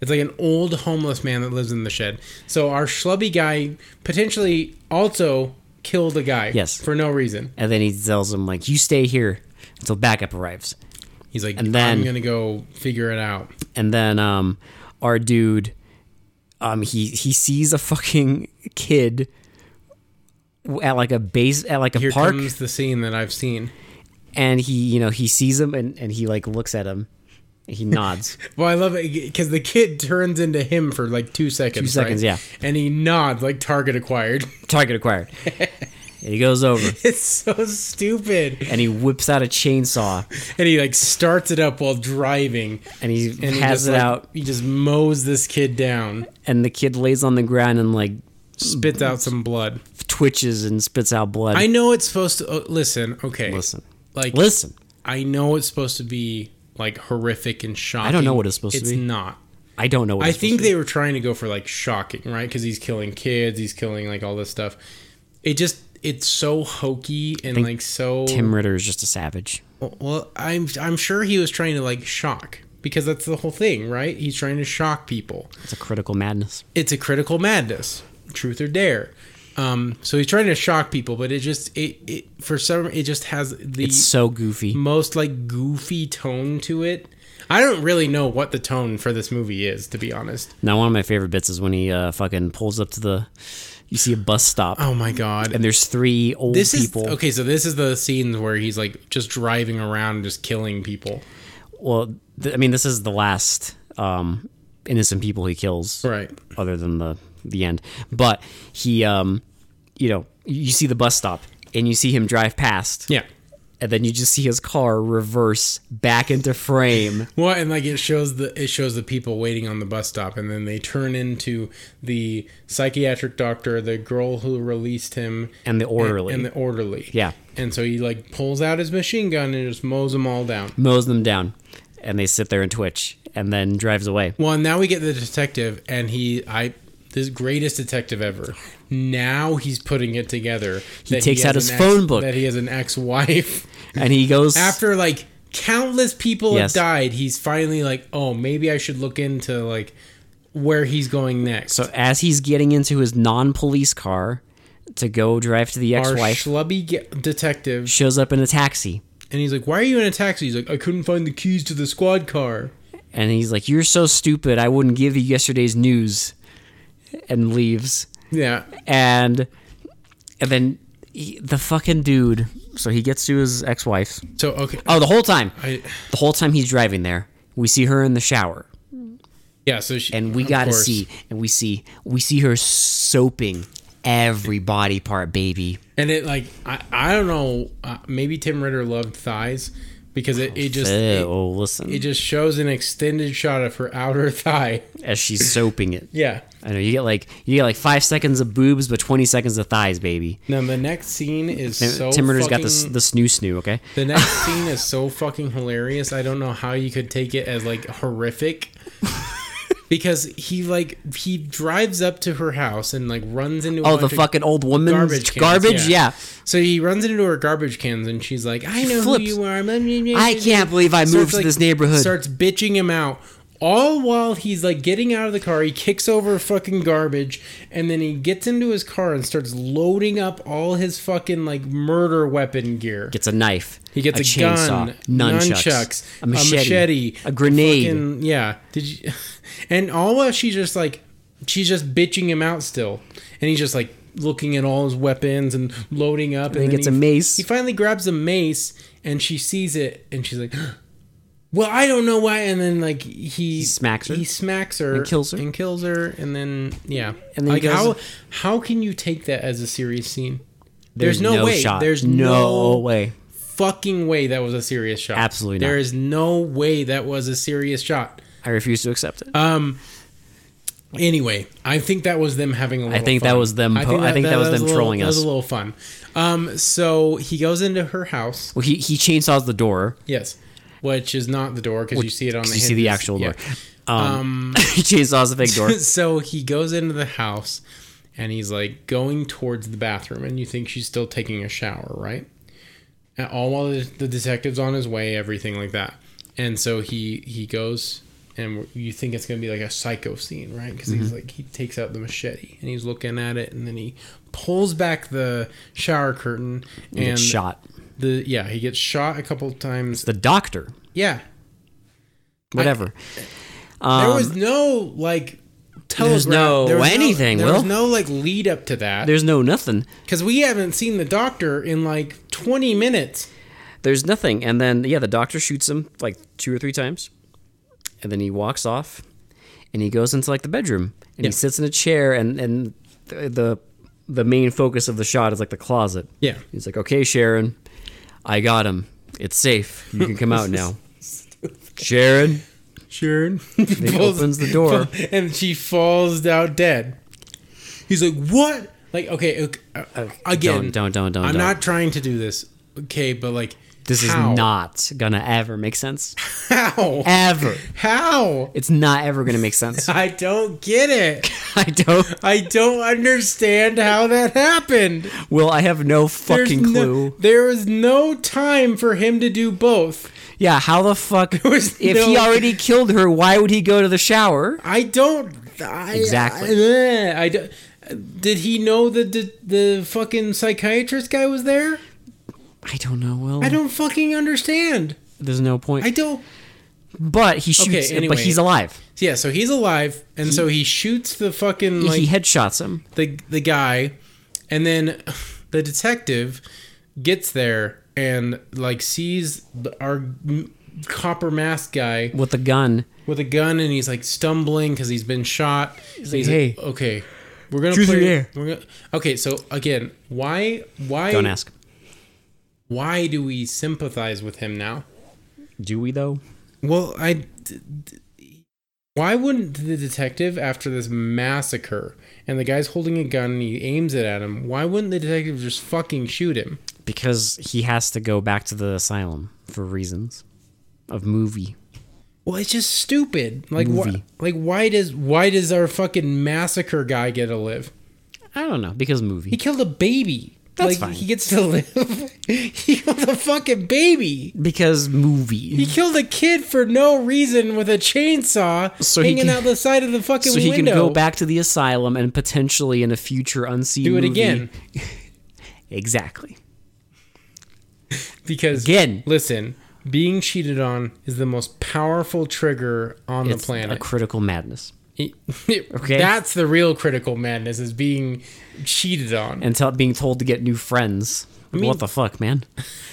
Speaker 1: It's like an old homeless man that lives in the shed. So, our schlubby guy potentially also killed a guy.
Speaker 2: Yes.
Speaker 1: For no reason.
Speaker 2: And then he tells him, like, you stay here until backup arrives.
Speaker 1: He's like,
Speaker 2: And then-
Speaker 1: I'm going to go figure it out.
Speaker 2: And then, um, our dude, um, he, he sees a fucking kid at like a base, at like a
Speaker 1: Here
Speaker 2: park.
Speaker 1: comes the scene that I've seen.
Speaker 2: and he you know he sees him and, and he like looks at him He nods.
Speaker 1: Well, I love it because the kid turns into him for like two seconds.
Speaker 2: Two seconds,
Speaker 1: right?
Speaker 2: yeah.
Speaker 1: And he nods like target acquired.
Speaker 2: Target acquired. And he goes over
Speaker 1: It's so stupid.
Speaker 2: and he whips out a chainsaw
Speaker 1: And he like starts it up while driving.
Speaker 2: and he
Speaker 1: And he
Speaker 2: has
Speaker 1: just,
Speaker 2: it
Speaker 1: like,
Speaker 2: out
Speaker 1: He just mows this kid down,
Speaker 2: and the kid lays on the ground and like
Speaker 1: spits out some blood.
Speaker 2: twitches and spits out blood.
Speaker 1: I know it's supposed to uh, listen. Okay,
Speaker 2: listen.
Speaker 1: Like
Speaker 2: Listen.
Speaker 1: I know it's supposed to be like horrific and shocking.
Speaker 2: know what it's supposed to be.
Speaker 1: It's not.
Speaker 2: I don't know what
Speaker 1: I
Speaker 2: it's
Speaker 1: think
Speaker 2: supposed
Speaker 1: they were trying to go for like shocking, right? Because he's killing kids, he's killing like all this stuff. It just it's so hokey and like so.
Speaker 2: to be. Tim Ritter is just a savage.
Speaker 1: well, I'm I'm sure he was trying to like shock because that's the whole thing, right? He's trying to shock people.
Speaker 2: It's a critical madness.
Speaker 1: It's a critical madness, truth or dare. Um, so he's trying to shock people, but it just it, it for some it just has the
Speaker 2: It's so goofy.
Speaker 1: most like goofy tone to it. I don't really know what the tone for this movie is, to be honest.
Speaker 2: Now one of my favorite bits is when he uh, fucking pulls up to the you see a bus stop
Speaker 1: Oh my god!
Speaker 2: and there's three old
Speaker 1: this
Speaker 2: people.
Speaker 1: is okay. So this is the scenes where he's like just driving around, just killing people.
Speaker 2: Well, th- I mean this is the last um, innocent people he kills.
Speaker 1: Right.
Speaker 2: other than the the end. But he, um, you know, you see the bus stop and you see him drive past.
Speaker 1: Yeah.
Speaker 2: And then you just see his car reverse back into frame.
Speaker 1: Well, and like it shows the it shows the people waiting on the bus stop, and then they turn into the psychiatric doctor, the girl who released him,
Speaker 2: And the orderly
Speaker 1: and the orderly.
Speaker 2: Yeah.
Speaker 1: And so he like pulls out his machine gun and just mows them all down.
Speaker 2: mows them down, and they sit there and twitch, and then drives away.
Speaker 1: Well, now we get the detective, and he, I, this greatest detective ever. Now he's putting it together. He
Speaker 2: takes out
Speaker 1: has
Speaker 2: his
Speaker 1: an
Speaker 2: phone book.
Speaker 1: That he has an ex-wife.
Speaker 2: And he goes
Speaker 1: After like countless people
Speaker 2: Yes.
Speaker 1: have died, he's finally like, oh, maybe I should look into like where he's going next.
Speaker 2: So as he's getting into his non-police car to go drive to the
Speaker 1: our
Speaker 2: ex-wife,
Speaker 1: schlubby ge- detective,
Speaker 2: shows up in a taxi,
Speaker 1: and he's like, "Why are you in a taxi?" He's like, "I couldn't find the keys to the squad car."
Speaker 2: and he's like, "You're so stupid! I wouldn't give you yesterday's news," and leaves.
Speaker 1: Yeah,
Speaker 2: and and then he, the fucking dude. So he gets to his ex-wife.
Speaker 1: so okay,
Speaker 2: Oh, the whole time,
Speaker 1: I,
Speaker 2: the whole time he's driving there, we see her in the shower,
Speaker 1: yeah. So she,
Speaker 2: and we
Speaker 1: of
Speaker 2: gotta
Speaker 1: course.
Speaker 2: see, and we see, we see her soaping every body part, baby.
Speaker 1: And it like I, I don't know uh, maybe Tim Ritter loved thighs because it, it just
Speaker 2: Ew,
Speaker 1: it,
Speaker 2: oh, listen,
Speaker 1: it just shows an extended shot of her outer thigh.
Speaker 2: as she's soaping it.
Speaker 1: Yeah.
Speaker 2: I know you get like you get like five seconds of boobs, but twenty seconds of thighs, baby.
Speaker 1: Now the next scene is so
Speaker 2: Tim Ritter's
Speaker 1: fucking,
Speaker 2: got the s- the snoo snoo. Okay,
Speaker 1: the next scene is so fucking hilarious. I don't know how you could take it as like horrific. because he like he drives up to her house and like runs into a
Speaker 2: oh, the
Speaker 1: bunch of-
Speaker 2: fucking old woman
Speaker 1: garbage cans,
Speaker 2: garbage,
Speaker 1: yeah.
Speaker 2: yeah.
Speaker 1: so he runs into her garbage cans and she's like I know
Speaker 2: flips.
Speaker 1: who you are
Speaker 2: I can't believe I
Speaker 1: starts,
Speaker 2: moved to
Speaker 1: like,
Speaker 2: this neighborhood.
Speaker 1: Starts bitching him out. All while he's like getting out of the car, he kicks over fucking garbage, and then he gets into his car and starts loading up all his fucking like murder weapon gear.
Speaker 2: gets a knife.
Speaker 1: He gets a,
Speaker 2: chainsaw,
Speaker 1: gun,
Speaker 2: nunchucks, a machete, a grenade.
Speaker 1: fucking- yeah. Did you? And all while she's just like, she's just bitching him out still, and he's just like looking at all his weapons and loading up. And,
Speaker 2: he
Speaker 1: then
Speaker 2: gets a mace.
Speaker 1: He finally grabs a mace, and she sees it, and she's like. Well, I don't know why, and then like he,
Speaker 2: smacks her.
Speaker 1: He smacks her and
Speaker 2: kills her.
Speaker 1: and kills her, and then yeah.
Speaker 2: And then he
Speaker 1: like
Speaker 2: goes-
Speaker 1: how how can you take that as a serious scene?
Speaker 2: There's, no, way. Shot.
Speaker 1: There's
Speaker 2: no,
Speaker 1: no
Speaker 2: way.
Speaker 1: fucking way that was a serious shot.
Speaker 2: Absolutely not.
Speaker 1: There is no way that was a serious shot.
Speaker 2: I refuse to accept it.
Speaker 1: Um. Anyway, I think that was them having a little.
Speaker 2: think that
Speaker 1: fun.
Speaker 2: was them po- I think that was them
Speaker 1: a little-
Speaker 2: trolling
Speaker 1: That was
Speaker 2: us.
Speaker 1: a little fun. Um. So he goes into her house.
Speaker 2: well, he he chainsaws the door.
Speaker 1: Yes. Which is not the door because you see it on the.
Speaker 2: 'cause You see the
Speaker 1: hinges.
Speaker 2: actual
Speaker 1: Yeah.
Speaker 2: door. Um, he chainsaws the big door.
Speaker 1: so he goes into the house, and he's like going towards the bathroom, and you think she's still taking a shower, right? And all while the, the detective's on his way, everything like that. And so he he goes, and you think it's gonna be like a psycho scene, right? Because
Speaker 2: Mm-hmm.
Speaker 1: he's like he takes out the machete and he's looking at it, and then he pulls back the shower curtain
Speaker 2: He
Speaker 1: and
Speaker 2: gets shot.
Speaker 1: The yeah, he gets shot a couple times.
Speaker 2: The doctor,
Speaker 1: Yeah,
Speaker 2: whatever.
Speaker 1: there
Speaker 2: um,
Speaker 1: was no like. Telegraph.
Speaker 2: no
Speaker 1: there was
Speaker 2: anything,
Speaker 1: There was
Speaker 2: Will.
Speaker 1: no like lead up to that.
Speaker 2: there's no nothing.
Speaker 1: Because we haven't seen the doctor in like 20 minutes.
Speaker 2: There's nothing. And then yeah, the doctor shoots him like two or three times. and then he walks off, and he goes into like the bedroom, and he sits in a chair, and and th- the the main focus of the shot is like the closet.
Speaker 1: Yeah.
Speaker 2: He's like, "Okay, Sharon, I got him. It's safe. You can come out now." Sharon,
Speaker 1: Sure. And
Speaker 2: he opens the door.
Speaker 1: and she falls out dead. He's like, "What?" Like, okay, okay, uh, again,
Speaker 2: don't, don't, don't,
Speaker 1: I'm
Speaker 2: don't.
Speaker 1: not trying to do this. Okay, but like,
Speaker 2: this
Speaker 1: how?
Speaker 2: is not gonna ever make sense.
Speaker 1: how
Speaker 2: Ever.
Speaker 1: how
Speaker 2: It's not ever gonna make sense.
Speaker 1: I don't get it.
Speaker 2: I don't.
Speaker 1: I don't understand how that happened.
Speaker 2: Will I have no fucking
Speaker 1: There's no-
Speaker 2: clue?
Speaker 1: there was no time for him to do both.
Speaker 2: Yeah, how the fuck?
Speaker 1: was
Speaker 2: if
Speaker 1: no-
Speaker 2: he already killed her, why would he go to the shower?
Speaker 1: I don't. I, eh,
Speaker 2: Exactly.
Speaker 1: I, I don't- did he know that the, the fucking psychiatrist guy was there?
Speaker 2: I don't know. Will
Speaker 1: I don't fucking understand.
Speaker 2: there's no point.
Speaker 1: I don't.
Speaker 2: but he shoots.
Speaker 1: Okay,
Speaker 2: But
Speaker 1: anyway.
Speaker 2: he's alive.
Speaker 1: Yeah, so he's alive, and so he shoots the fucking like
Speaker 2: he headshots him.
Speaker 1: the the guy, and then the detective gets there and like sees the, our m- copper mask guy
Speaker 2: with a gun.
Speaker 1: with a gun, and he's like stumbling because he's been shot. He's like,
Speaker 2: "Hey,
Speaker 1: okay, we're gonna
Speaker 2: choose your
Speaker 1: play-
Speaker 2: ear."
Speaker 1: We're gonna, okay, so again, why why
Speaker 2: Don't ask.
Speaker 1: why do we sympathize with him now?
Speaker 2: Do we though?
Speaker 1: Well, I. d- d- why wouldn't the detective, after this massacre, and the guy's holding a gun and he aims it at him, why wouldn't the detective just fucking shoot him?
Speaker 2: Because he has to go back to the asylum for reasons of movie.
Speaker 1: Well, it's just stupid. Like, why?
Speaker 2: Movie.
Speaker 1: Like, why does why does our fucking massacre guy get to live?
Speaker 2: I don't know because movie.
Speaker 1: He killed a baby.
Speaker 2: That's
Speaker 1: like,
Speaker 2: fine.
Speaker 1: He gets to live. he killed a fucking baby.
Speaker 2: because movie.
Speaker 1: He killed a kid for no reason with a chainsaw
Speaker 2: So he
Speaker 1: hanging
Speaker 2: can-
Speaker 1: out the side of the fucking
Speaker 2: so he
Speaker 1: window.
Speaker 2: can go back to the asylum and potentially in a future unseen
Speaker 1: Do it
Speaker 2: movie-
Speaker 1: again.
Speaker 2: exactly
Speaker 1: because
Speaker 2: Again.
Speaker 1: listen being cheated on is the most powerful trigger on
Speaker 2: It's
Speaker 1: the planet
Speaker 2: a critical madness
Speaker 1: okay that's the real critical madness is being cheated on
Speaker 2: and tell, being told to get new friends what the fuck man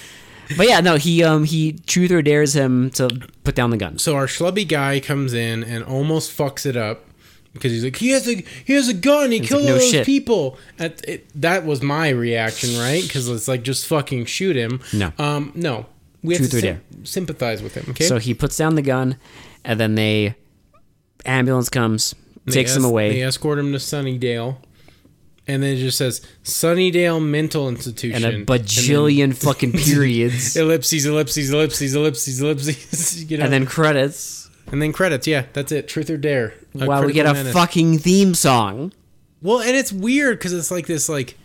Speaker 2: but yeah no he um he truth or dares him to put down the gun
Speaker 1: so our schlubby guy comes in and almost fucks it up because he's like he has a he has a gun he killed
Speaker 2: like,
Speaker 1: all
Speaker 2: "No
Speaker 1: those
Speaker 2: shit."
Speaker 1: people At, it, that was my reaction right because it's like just fucking shoot him
Speaker 2: No.
Speaker 1: um no we have
Speaker 2: Truth
Speaker 1: to
Speaker 2: or
Speaker 1: sym-
Speaker 2: dare.
Speaker 1: sympathize with him okay
Speaker 2: so he puts down the gun and then they ambulance comes takes him
Speaker 1: es-
Speaker 2: away
Speaker 1: They escort him to Sunnydale, and then it just says Sunnydale Mental Institution.
Speaker 2: and a bajillion fucking periods
Speaker 1: ellipses, ellipses, ellipses, ellipses, ellipses. You know,
Speaker 2: and then credits
Speaker 1: and then credits. Yeah, that's it. Truth or dare. A
Speaker 2: while we get a
Speaker 1: Critical Menace.
Speaker 2: fucking theme song
Speaker 1: Well, and it's weird because it's like this like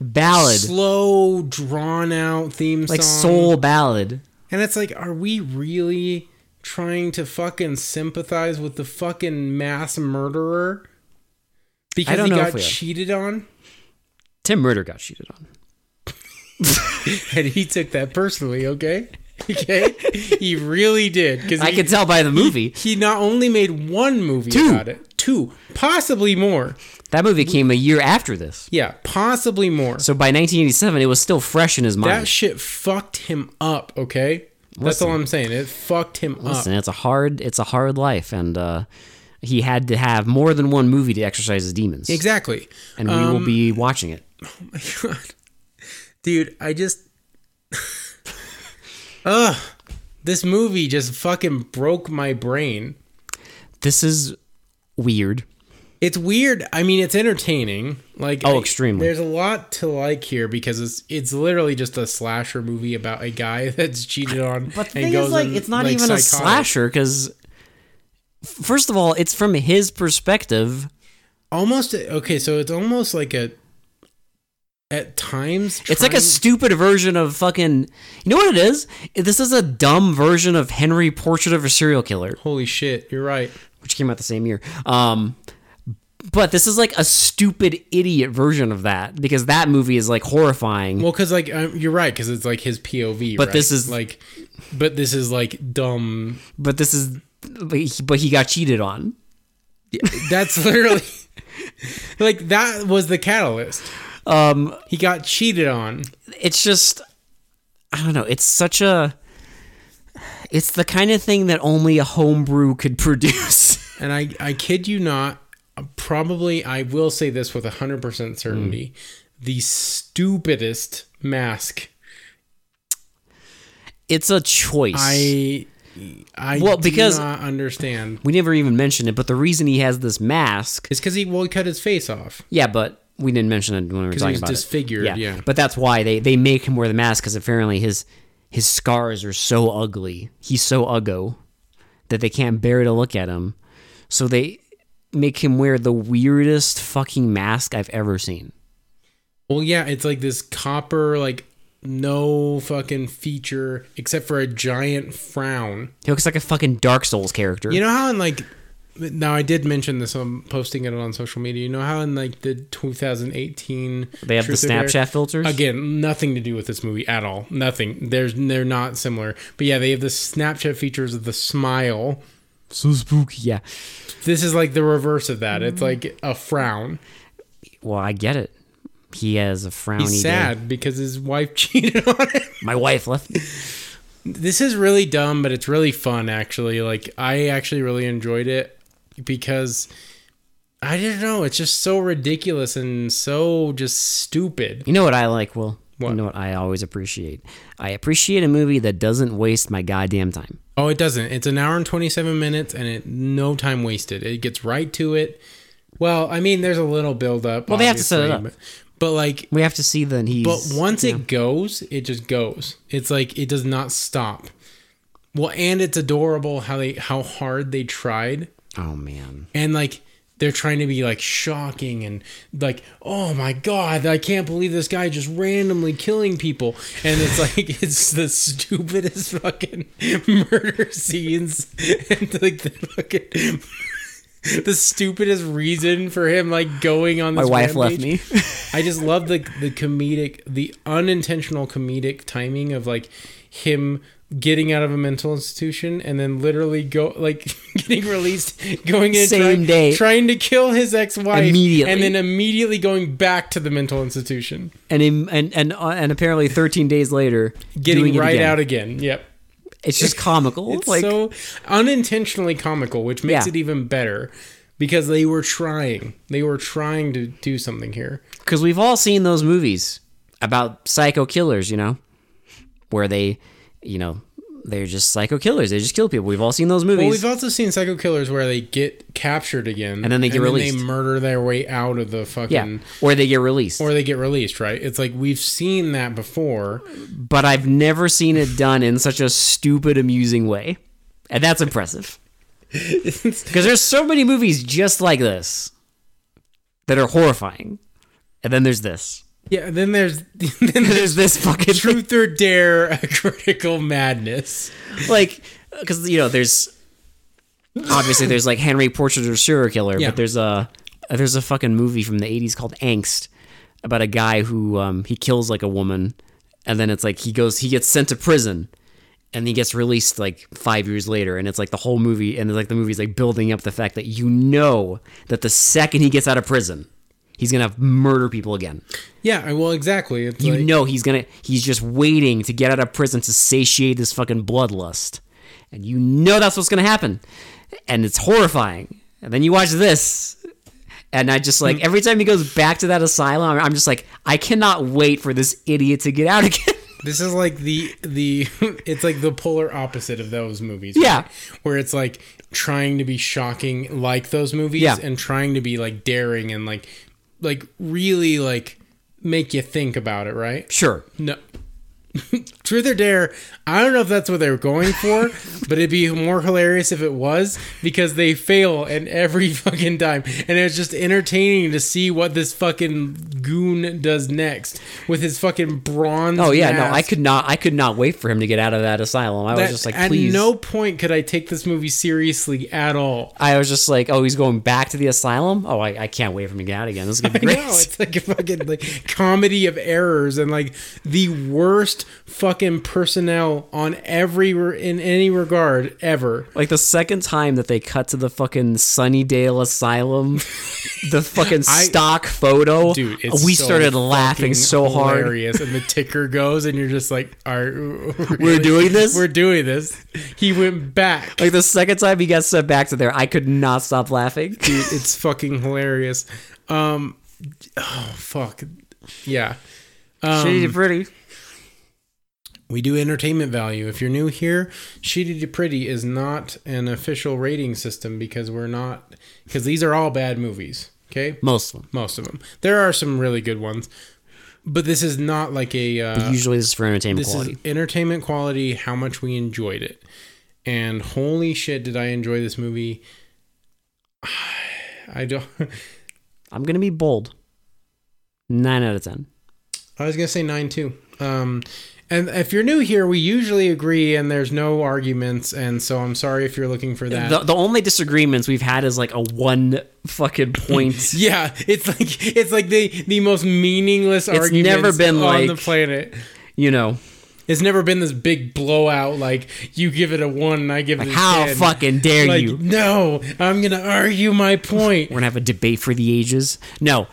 Speaker 2: ballad
Speaker 1: slow, drawn out theme
Speaker 2: like
Speaker 1: song,
Speaker 2: soul ballad
Speaker 1: and it's like, are we really? Trying to fucking sympathize with the fucking mass murderer because he
Speaker 2: don't know if
Speaker 1: got
Speaker 2: we are.
Speaker 1: cheated on,
Speaker 2: Tim Murder got cheated on.
Speaker 1: and he took that personally. Okay, okay, he really did because
Speaker 2: I
Speaker 1: he,
Speaker 2: could tell by the movie.
Speaker 1: he not only made one movie
Speaker 2: Two.
Speaker 1: about it, two, possibly more.
Speaker 2: That movie came a year after this.
Speaker 1: Yeah, possibly more.
Speaker 2: So by 1987, it was still fresh in his
Speaker 1: that
Speaker 2: mind.
Speaker 1: shit fucked him up. Okay, that's all I'm saying. It fucked him
Speaker 2: Listen, it's a hard, it's a hard life, and uh, he had to have more than one movie to exercise his demons.
Speaker 1: up. Exactly.
Speaker 2: And we will be watching it.
Speaker 1: my god, dude! I just, ugh, this movie just fucking broke my brain.
Speaker 2: This is weird.
Speaker 1: It's weird. I mean, it's entertaining. Like
Speaker 2: Oh,
Speaker 1: I-
Speaker 2: extremely.
Speaker 1: There's a lot to like here because it's it's literally just a slasher movie about a guy that's cheated on.
Speaker 2: But the thing is, like, it's not even a
Speaker 1: slash.
Speaker 2: slasher because, first of all, it's from his perspective.
Speaker 1: Almost okay. So it's almost like a. At times,
Speaker 2: It's like
Speaker 1: trying-
Speaker 2: a stupid version of fucking. You know what it is? This is a dumb version of Henry Portrait of a Serial Killer.
Speaker 1: holy shit. You're right.
Speaker 2: which came out the same year. Um, but this is like a stupid idiot version of that because that movie is like horrifying.
Speaker 1: Well, because like um, you're right because it's like his POV.
Speaker 2: But
Speaker 1: right?
Speaker 2: this is-
Speaker 1: like, but this is like dumb.
Speaker 2: but this is, but he, but he got cheated on.
Speaker 1: That's literally like that was the catalyst.
Speaker 2: Um,
Speaker 1: He got cheated on.
Speaker 2: it's just, I don't know. It's such a, It's the kind of thing that only a homebrew could produce.
Speaker 1: And I, I kid you not, probably, I will say this with 100% certainty
Speaker 2: Hmm.
Speaker 1: the stupidest mask.
Speaker 2: it's a choice.
Speaker 1: I. I
Speaker 2: Well,
Speaker 1: do
Speaker 2: because-
Speaker 1: not understand.
Speaker 2: we never even mentioned it, but the reason he has this mask,
Speaker 1: It's because he will cut his face off.
Speaker 2: yeah, but we didn't mention it when we were talking
Speaker 1: was
Speaker 2: about
Speaker 1: disfigured,
Speaker 2: it.
Speaker 1: yeah.
Speaker 2: But that's why they they make him wear the mask because apparently his his scars are so ugly. He's so uggo that they can't bear to look at him. So they make him wear the weirdest fucking mask I've ever seen.
Speaker 1: Well, yeah, it's like this copper, like no fucking feature except for a giant frown.
Speaker 2: He looks like a fucking Dark Souls character.
Speaker 1: You know how in like now I did mention this. I'm posting it on social media. You know how in like the 2018
Speaker 2: they have the
Speaker 1: Truth or Dare-
Speaker 2: Snapchat filters.
Speaker 1: Again, nothing to do with this movie at all. Nothing. There's they're not similar. But yeah, they have the Snapchat features of the smile.
Speaker 2: So spooky. Yeah.
Speaker 1: This is like the reverse of that. It's like a frown.
Speaker 2: Well, I get it. He has a frowny.
Speaker 1: He's
Speaker 2: day.
Speaker 1: sad because his wife cheated on him.
Speaker 2: My wife left. me.
Speaker 1: This is really dumb, but it's really fun actually. Like I actually really enjoyed it because I don't know, it's just so ridiculous and so just stupid.
Speaker 2: You know what I like, Will?
Speaker 1: What?
Speaker 2: You know what I always appreciate? I appreciate a movie that doesn't waste my goddamn time.
Speaker 1: Oh, it doesn't. It's an hour and 27 minutes and it no time wasted. It gets right to it. Well, I mean, there's a little build up. Well,
Speaker 2: they have to set it up.
Speaker 1: But, but like
Speaker 2: We have to see that he's.
Speaker 1: But once it goes, it just goes. It's like it does not stop. Well, and it's adorable how they how hard they tried
Speaker 2: oh man,
Speaker 1: and like they're trying to be like shocking and like oh my god i can't believe this guy just randomly killing people and it's like it's the stupidest fucking murder scenes and like the fucking the stupidest reason for him like going on
Speaker 2: my
Speaker 1: this
Speaker 2: wife
Speaker 1: rampage.
Speaker 2: left me.
Speaker 1: I just love the the comedic, the unintentional comedic timing of like him getting out of a mental institution and then literally go like getting released, going in
Speaker 2: Same
Speaker 1: trying,
Speaker 2: day.
Speaker 1: trying to kill his ex wife
Speaker 2: Immediately.
Speaker 1: and then immediately going back to the mental institution,
Speaker 2: and in, and and uh, and apparently 13 days later,
Speaker 1: getting
Speaker 2: doing it
Speaker 1: right
Speaker 2: again.
Speaker 1: out again. Yep,
Speaker 2: It's just comical.
Speaker 1: it's
Speaker 2: like
Speaker 1: so unintentionally comical, which makes
Speaker 2: Yeah.
Speaker 1: it even better because they were trying, they were trying to do something here.
Speaker 2: because we've all seen those movies about psycho killers, you know, where they, you know, they're just psycho killers. They just kill people. We've all seen those
Speaker 1: Well,
Speaker 2: movies.
Speaker 1: we've also seen psycho killers where they get captured again,
Speaker 2: And then they get released.
Speaker 1: They murder their way out of the fucking,
Speaker 2: yeah, or they get released.
Speaker 1: or they get released. Right? It's like we've seen that before.
Speaker 2: but I've never seen it done in such a stupid, amusing way. And that's impressive. Because there's so many movies just like this that are horrifying. And then there's this.
Speaker 1: Yeah. Then there's then there's
Speaker 2: There's this fucking
Speaker 1: truth or dare, a critical madness.
Speaker 2: like because you know there's obviously there's like Henry Portrait of a Serial Killer,
Speaker 1: Yeah.
Speaker 2: but there's a there's a fucking movie from the '80s called Angst about a guy who um, he kills like a woman, and then it's like he goes he gets sent to prison. And he gets released like five years later, and it's like the whole movie, and it's like the movie's like building up the fact that you know that the second he gets out of prison, he's gonna murder people again.
Speaker 1: Yeah. Well, exactly. It's
Speaker 2: You
Speaker 1: like,
Speaker 2: know he's gonna he's just waiting to get out of prison to satiate his fucking bloodlust. And you know that's what's gonna happen. And it's horrifying. And then you watch this. And I just
Speaker 1: Hmm.
Speaker 2: like every time he goes back to that asylum, I'm just like, I cannot wait for this idiot to get out again.
Speaker 1: this is like the the it's like the polar opposite of those movies.
Speaker 2: Yeah.
Speaker 1: right? Where it's like trying to be shocking like those movies
Speaker 2: Yeah.
Speaker 1: and trying to be like daring and like like really like make you think about it, right?
Speaker 2: sure.
Speaker 1: No. Truth or Dare, I don't know if that's what they were going for, but it'd be more hilarious if it was because they fail in every fucking time. And it's just entertaining to see what this fucking goon does next with his fucking bronze.
Speaker 2: Oh yeah, no,
Speaker 1: mask.
Speaker 2: I could not I could not wait for him to get out of that asylum. I was
Speaker 1: That-
Speaker 2: just like,
Speaker 1: at
Speaker 2: please.
Speaker 1: no point could I take this movie seriously at all.
Speaker 2: I was just like, oh, he's going back to the asylum? Oh, I, I can't wait for him to get out again. This is gonna be
Speaker 1: No,
Speaker 2: great.
Speaker 1: it's like a fucking like comedy of errors and like the worst worst fucking personnel on every re- in any regard ever.
Speaker 2: Like the second time that they cut to the fucking Sunnydale Asylum, the fucking stock photo,
Speaker 1: Dude,
Speaker 2: we
Speaker 1: so
Speaker 2: started laughing
Speaker 1: fucking
Speaker 2: so hard.
Speaker 1: hilarious, and the ticker goes, and you're just like, "All right,
Speaker 2: We're doing this?
Speaker 1: We're doing this." He went back.
Speaker 2: Like the second time he got sent back to there, I could not stop laughing.
Speaker 1: Dude, it's fucking hilarious. Um, oh fuck, yeah. um,
Speaker 2: Shitty pretty.
Speaker 1: We do entertainment value. If you're new here, Shitty to Pretty is not an official rating system because we're not because these are all bad movies. Okay,
Speaker 2: Most of them.
Speaker 1: most of them. There are some really good ones, but this is not like a. Uh,
Speaker 2: Usually this is for entertainment
Speaker 1: this
Speaker 2: quality.
Speaker 1: is entertainment quality. How much we enjoyed it, and holy shit, did I enjoy this movie! I don't.
Speaker 2: I'm gonna be bold. Nine out of ten.
Speaker 1: I was gonna say nine too. Um, and if you're new here, we usually agree, and there's no arguments. And so I'm sorry if you're looking for that.
Speaker 2: The, the only disagreements we've had is like a one fucking point.
Speaker 1: yeah, it's like it's like the the most meaningless
Speaker 2: It's
Speaker 1: argument
Speaker 2: never been
Speaker 1: on the
Speaker 2: like-
Speaker 1: planet.
Speaker 2: you know,
Speaker 1: It's never been this big blowout. Like you give it a one, and I give it a
Speaker 2: how
Speaker 1: 10.
Speaker 2: fucking dare
Speaker 1: Like
Speaker 2: you?
Speaker 1: no, I'm gonna argue my point.
Speaker 2: We're gonna have a debate for the ages. No,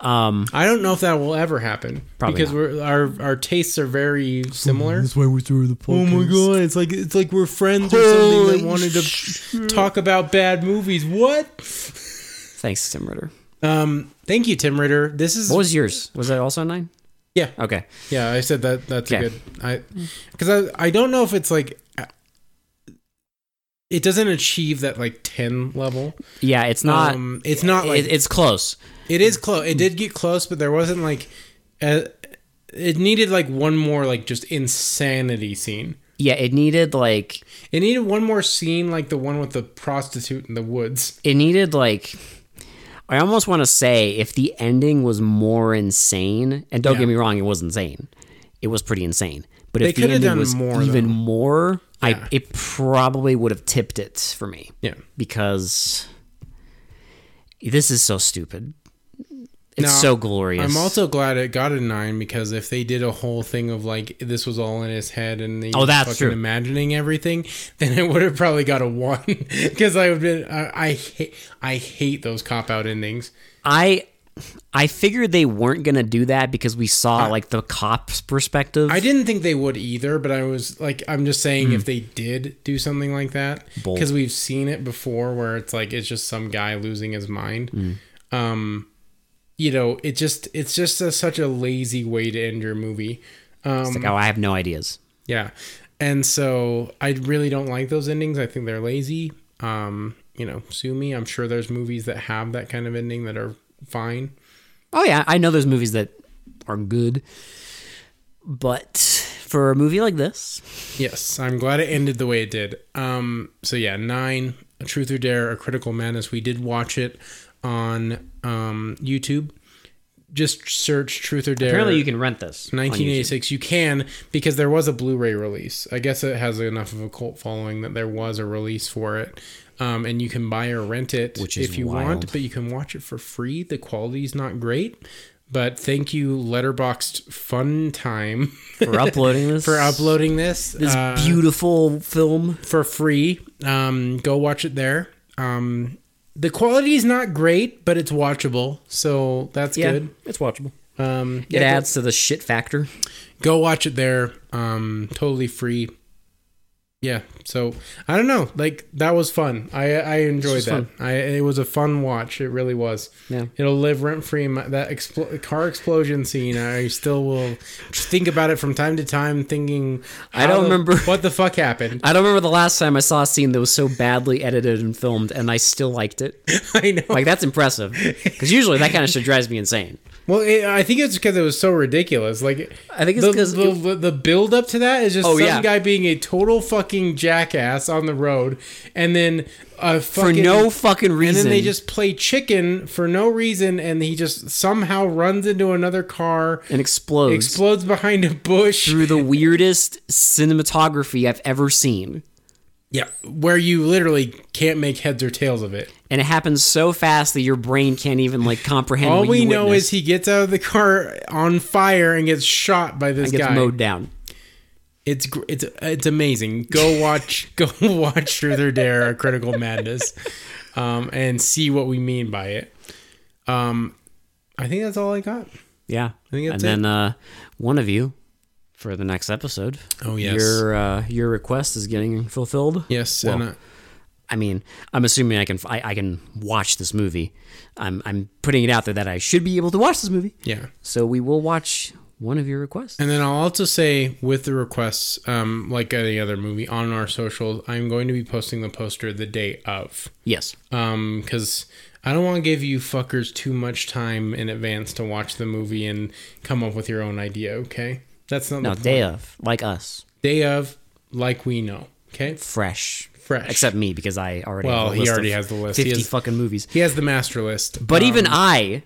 Speaker 2: um,
Speaker 1: I don't know if that will ever happen
Speaker 2: Probably
Speaker 1: because
Speaker 2: not.
Speaker 1: we're, our our tastes are very similar. Oh
Speaker 3: That's why we're through the podcast.
Speaker 1: god, it's like it's like we're friends or
Speaker 2: Holy
Speaker 1: to talk about bad movies. What?
Speaker 2: thanks, Tim Ritter.
Speaker 1: Um, thank you, Tim Ritter. This is
Speaker 2: What was yours? Was that also a nine?
Speaker 1: yeah,
Speaker 2: Okay,
Speaker 1: yeah. I said that. That's
Speaker 2: Okay.
Speaker 1: a good. I because I I don't know if it's like uh, it doesn't achieve that like ten level.
Speaker 2: yeah, it's not.
Speaker 1: um, it's not like
Speaker 2: it, it's close.
Speaker 1: It is close. It did get close, but there wasn't like a, it needed like one more like just insanity scene.
Speaker 2: Yeah, it needed like
Speaker 1: It needed one more scene like the one with the prostitute in the woods.
Speaker 2: it needed like I almost want to say if the ending was more insane, and don't
Speaker 1: Yeah.
Speaker 2: get me wrong, it was insane. It was pretty insane. But if
Speaker 1: They
Speaker 2: the
Speaker 1: coulda
Speaker 2: ending
Speaker 1: done
Speaker 2: was
Speaker 1: more,
Speaker 2: even
Speaker 1: though.
Speaker 2: more, I
Speaker 1: Yeah.
Speaker 2: it probably would have tipped it for me
Speaker 1: Yeah.
Speaker 2: because this is so stupid. It's
Speaker 1: Now,
Speaker 2: so glorious.
Speaker 1: I'm also glad it got a nine because if they did a whole thing of like this was all in his head and the
Speaker 2: Oh, that's
Speaker 1: fucking
Speaker 2: true.
Speaker 1: imagining everything, then it would have probably got a one because I would been I I, ha- I hate those cop out endings.
Speaker 2: I I figured they weren't gonna do that because we saw like the cops' perspective.
Speaker 1: Uh, I didn't think they would either, but I was like, I'm just saying if they did do something like that,
Speaker 2: Hmm. Bold.
Speaker 1: because we've seen it before where it's like it's just some guy losing his mind.
Speaker 2: Hmm.
Speaker 1: Um, you know, it just it's just a, such a lazy way to end your movie. Um,
Speaker 2: It's like, oh, I have no ideas.
Speaker 1: yeah, and so I really don't like those endings. I think they're lazy. Um, you know, sue me. I'm sure there's movies that have that kind of ending that are fine.
Speaker 2: Oh yeah, I know there's movies that are good, but for a movie like this,
Speaker 1: Yes, I'm glad it ended the way it did. Um, so yeah, nine, a Truth or Dare, a Critical Madness. We did watch it on um, YouTube. Just search Truth or Dare.
Speaker 2: apparently you can rent this. on
Speaker 1: 1986. You can because there was a Blu-ray release. I guess it has enough of a cult following that there was a release for it, um, and you can buy or rent it
Speaker 2: Which is
Speaker 1: if you
Speaker 2: wild.
Speaker 1: want. But you can watch it for free. The quality's not great, but thank you, Letterboxed Fun Time,
Speaker 2: YouTube. for uploading this
Speaker 1: for uploading this.
Speaker 2: this
Speaker 1: Uh,
Speaker 2: beautiful film.
Speaker 1: for free. Um, go watch it there. Um, the quality is not great, but it's watchable, so that's
Speaker 2: Yeah,
Speaker 1: good.
Speaker 2: it's watchable.
Speaker 1: Um, yeah,
Speaker 2: It adds to the shit factor.
Speaker 1: Go watch it there. Um, totally free. Yeah. So I don't know. Like that was fun. I I enjoyed
Speaker 2: was
Speaker 1: that. I it was a fun watch. It really was.
Speaker 2: Yeah.
Speaker 1: It'll live rent free. in my- That expl- car explosion scene. I still will think about it from time to time, thinking.
Speaker 2: I
Speaker 1: how
Speaker 2: don't
Speaker 1: the-
Speaker 2: remember-
Speaker 1: what the fuck happened.
Speaker 2: I don't remember the last time I saw a scene that was so badly edited and filmed, and I still liked it.
Speaker 1: I know.
Speaker 2: Like that's impressive, because usually that kind of shit drives me insane.
Speaker 1: Well, it, I think it's because it was so ridiculous. Like,
Speaker 2: I think it's
Speaker 1: the-
Speaker 2: 'cause
Speaker 1: the, the, build up to that is just
Speaker 2: Oh,
Speaker 1: some
Speaker 2: yeah.
Speaker 1: guy being a total fucking jackass on the road, and then a
Speaker 2: For
Speaker 1: fucking
Speaker 2: no fucking
Speaker 1: and
Speaker 2: reason.
Speaker 1: then they just play chicken for no reason, and he just somehow runs into another car,
Speaker 2: and explodes
Speaker 1: explodes behind a bush.
Speaker 2: through the weirdest cinematography I've ever seen.
Speaker 1: Yeah, where you literally can't make heads or tails of it.
Speaker 2: and it happens so fast that your brain can't even like comprehend.
Speaker 1: All
Speaker 2: what
Speaker 1: we
Speaker 2: you
Speaker 1: know
Speaker 2: witnessed
Speaker 1: is he gets out of the car on fire and gets shot by this
Speaker 2: and gets
Speaker 1: guy.
Speaker 2: mowed down.
Speaker 1: It's gr- it's it's amazing. Go watch go watch Truth or Dare or Critical Madness, um, and see what we mean by it. Um, I think that's all I got.
Speaker 2: Yeah.
Speaker 1: think
Speaker 2: and
Speaker 1: that's
Speaker 2: then uh, one of you for the next episode.
Speaker 1: Oh, yes.
Speaker 2: Your uh, your request is getting fulfilled.
Speaker 1: Yes,
Speaker 2: Well,
Speaker 1: and uh,
Speaker 2: I mean, I'm assuming I can I, I can watch this movie. I'm I'm putting it out there that I should be able to watch this movie.
Speaker 1: yeah.
Speaker 2: So we will watch one of your requests.
Speaker 1: And then I'll also say with the requests, um, like any other movie, on our socials, I'm going to be posting the poster the day of.
Speaker 2: Yes.
Speaker 1: um because i don't want to give you fuckers too much time in advance to watch the movie and come up with your own idea okay that's not
Speaker 2: No,
Speaker 1: the
Speaker 2: day of, like us,
Speaker 1: day of like we know okay
Speaker 2: fresh,
Speaker 1: Fresh.
Speaker 2: Except me because I already
Speaker 1: Well,
Speaker 2: have a
Speaker 1: he
Speaker 2: list
Speaker 1: already
Speaker 2: of
Speaker 1: has the list. He
Speaker 2: fifty
Speaker 1: has-
Speaker 2: fucking movies.
Speaker 1: he has the master list
Speaker 2: But
Speaker 1: Um,
Speaker 2: even I,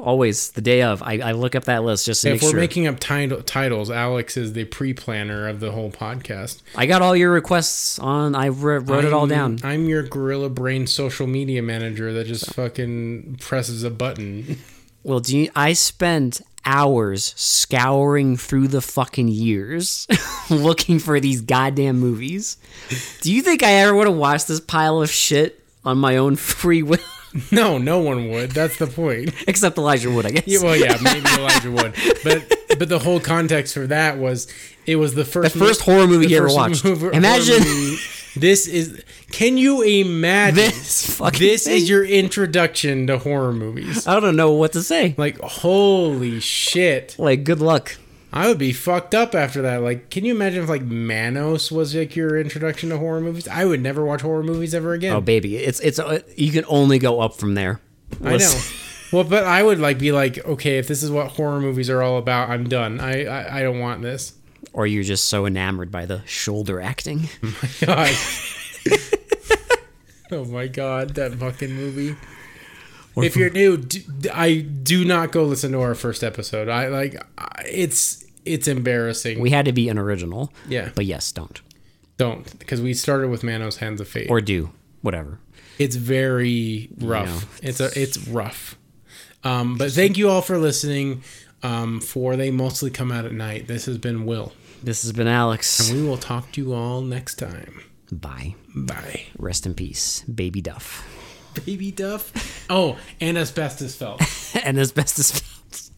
Speaker 2: always the day of, I, I look up that list just to
Speaker 1: if
Speaker 2: make
Speaker 1: we're
Speaker 2: sure.
Speaker 1: making up title- titles alex is the pre-planner of the whole podcast
Speaker 2: I got all your requests on. I wr- wrote it all
Speaker 1: I'm-
Speaker 2: down.
Speaker 1: i'm your gorilla brain social media manager that just fucking presses a button
Speaker 2: Well, do you, I spend hours scouring through the fucking years looking for these goddamn movies? Do you think I ever would have watched this pile of shit on my own free will?
Speaker 1: no no one would that's the point
Speaker 2: Except Elijah Wood, I guess.
Speaker 1: Yeah, well, yeah, maybe Elijah Wood, but but the whole context for that was it was the first
Speaker 2: The first horror movie he ever watched.
Speaker 1: horror
Speaker 2: Imagine-
Speaker 1: movie. this is. Can you imagine
Speaker 2: This fucking
Speaker 1: This
Speaker 2: thing.
Speaker 1: is your introduction to horror movies.
Speaker 2: I don't know what to say.
Speaker 1: Like holy shit,
Speaker 2: Like, good luck.
Speaker 1: I would be fucked up after that. Like, can you imagine if like Manos was like your introduction to horror movies? I would never watch horror movies ever again.
Speaker 2: Oh, baby, it's it's uh, you can only go up from there.
Speaker 1: Um, I know.
Speaker 2: Oh, Listen-
Speaker 1: Well, but I would like be like, okay, if this is what horror movies are all about, I'm done. I I, I don't want this.
Speaker 2: Or you're just so enamored by the shoulder acting.
Speaker 1: Hmm. god. oh my god, that fucking movie. If you're new, d- d- I do not go listen to our first episode. I like I- it's it's embarrassing.
Speaker 2: We had to be an original.
Speaker 1: Yeah.
Speaker 2: But yes, don't
Speaker 1: don't because we started with Manos Hands of Fate.
Speaker 2: or do whatever.
Speaker 1: it's very rough. It's a it's rough. Um, but thank you all for listening. Um, for they mostly come out at night. This has been Will.
Speaker 2: This has been Alex.
Speaker 1: We will talk to you all next time.
Speaker 2: Bye.
Speaker 1: Bye.
Speaker 2: Rest in peace, Baby Duff.
Speaker 1: Baby Duff. Oh, and asbestos felt.
Speaker 2: and asbestos.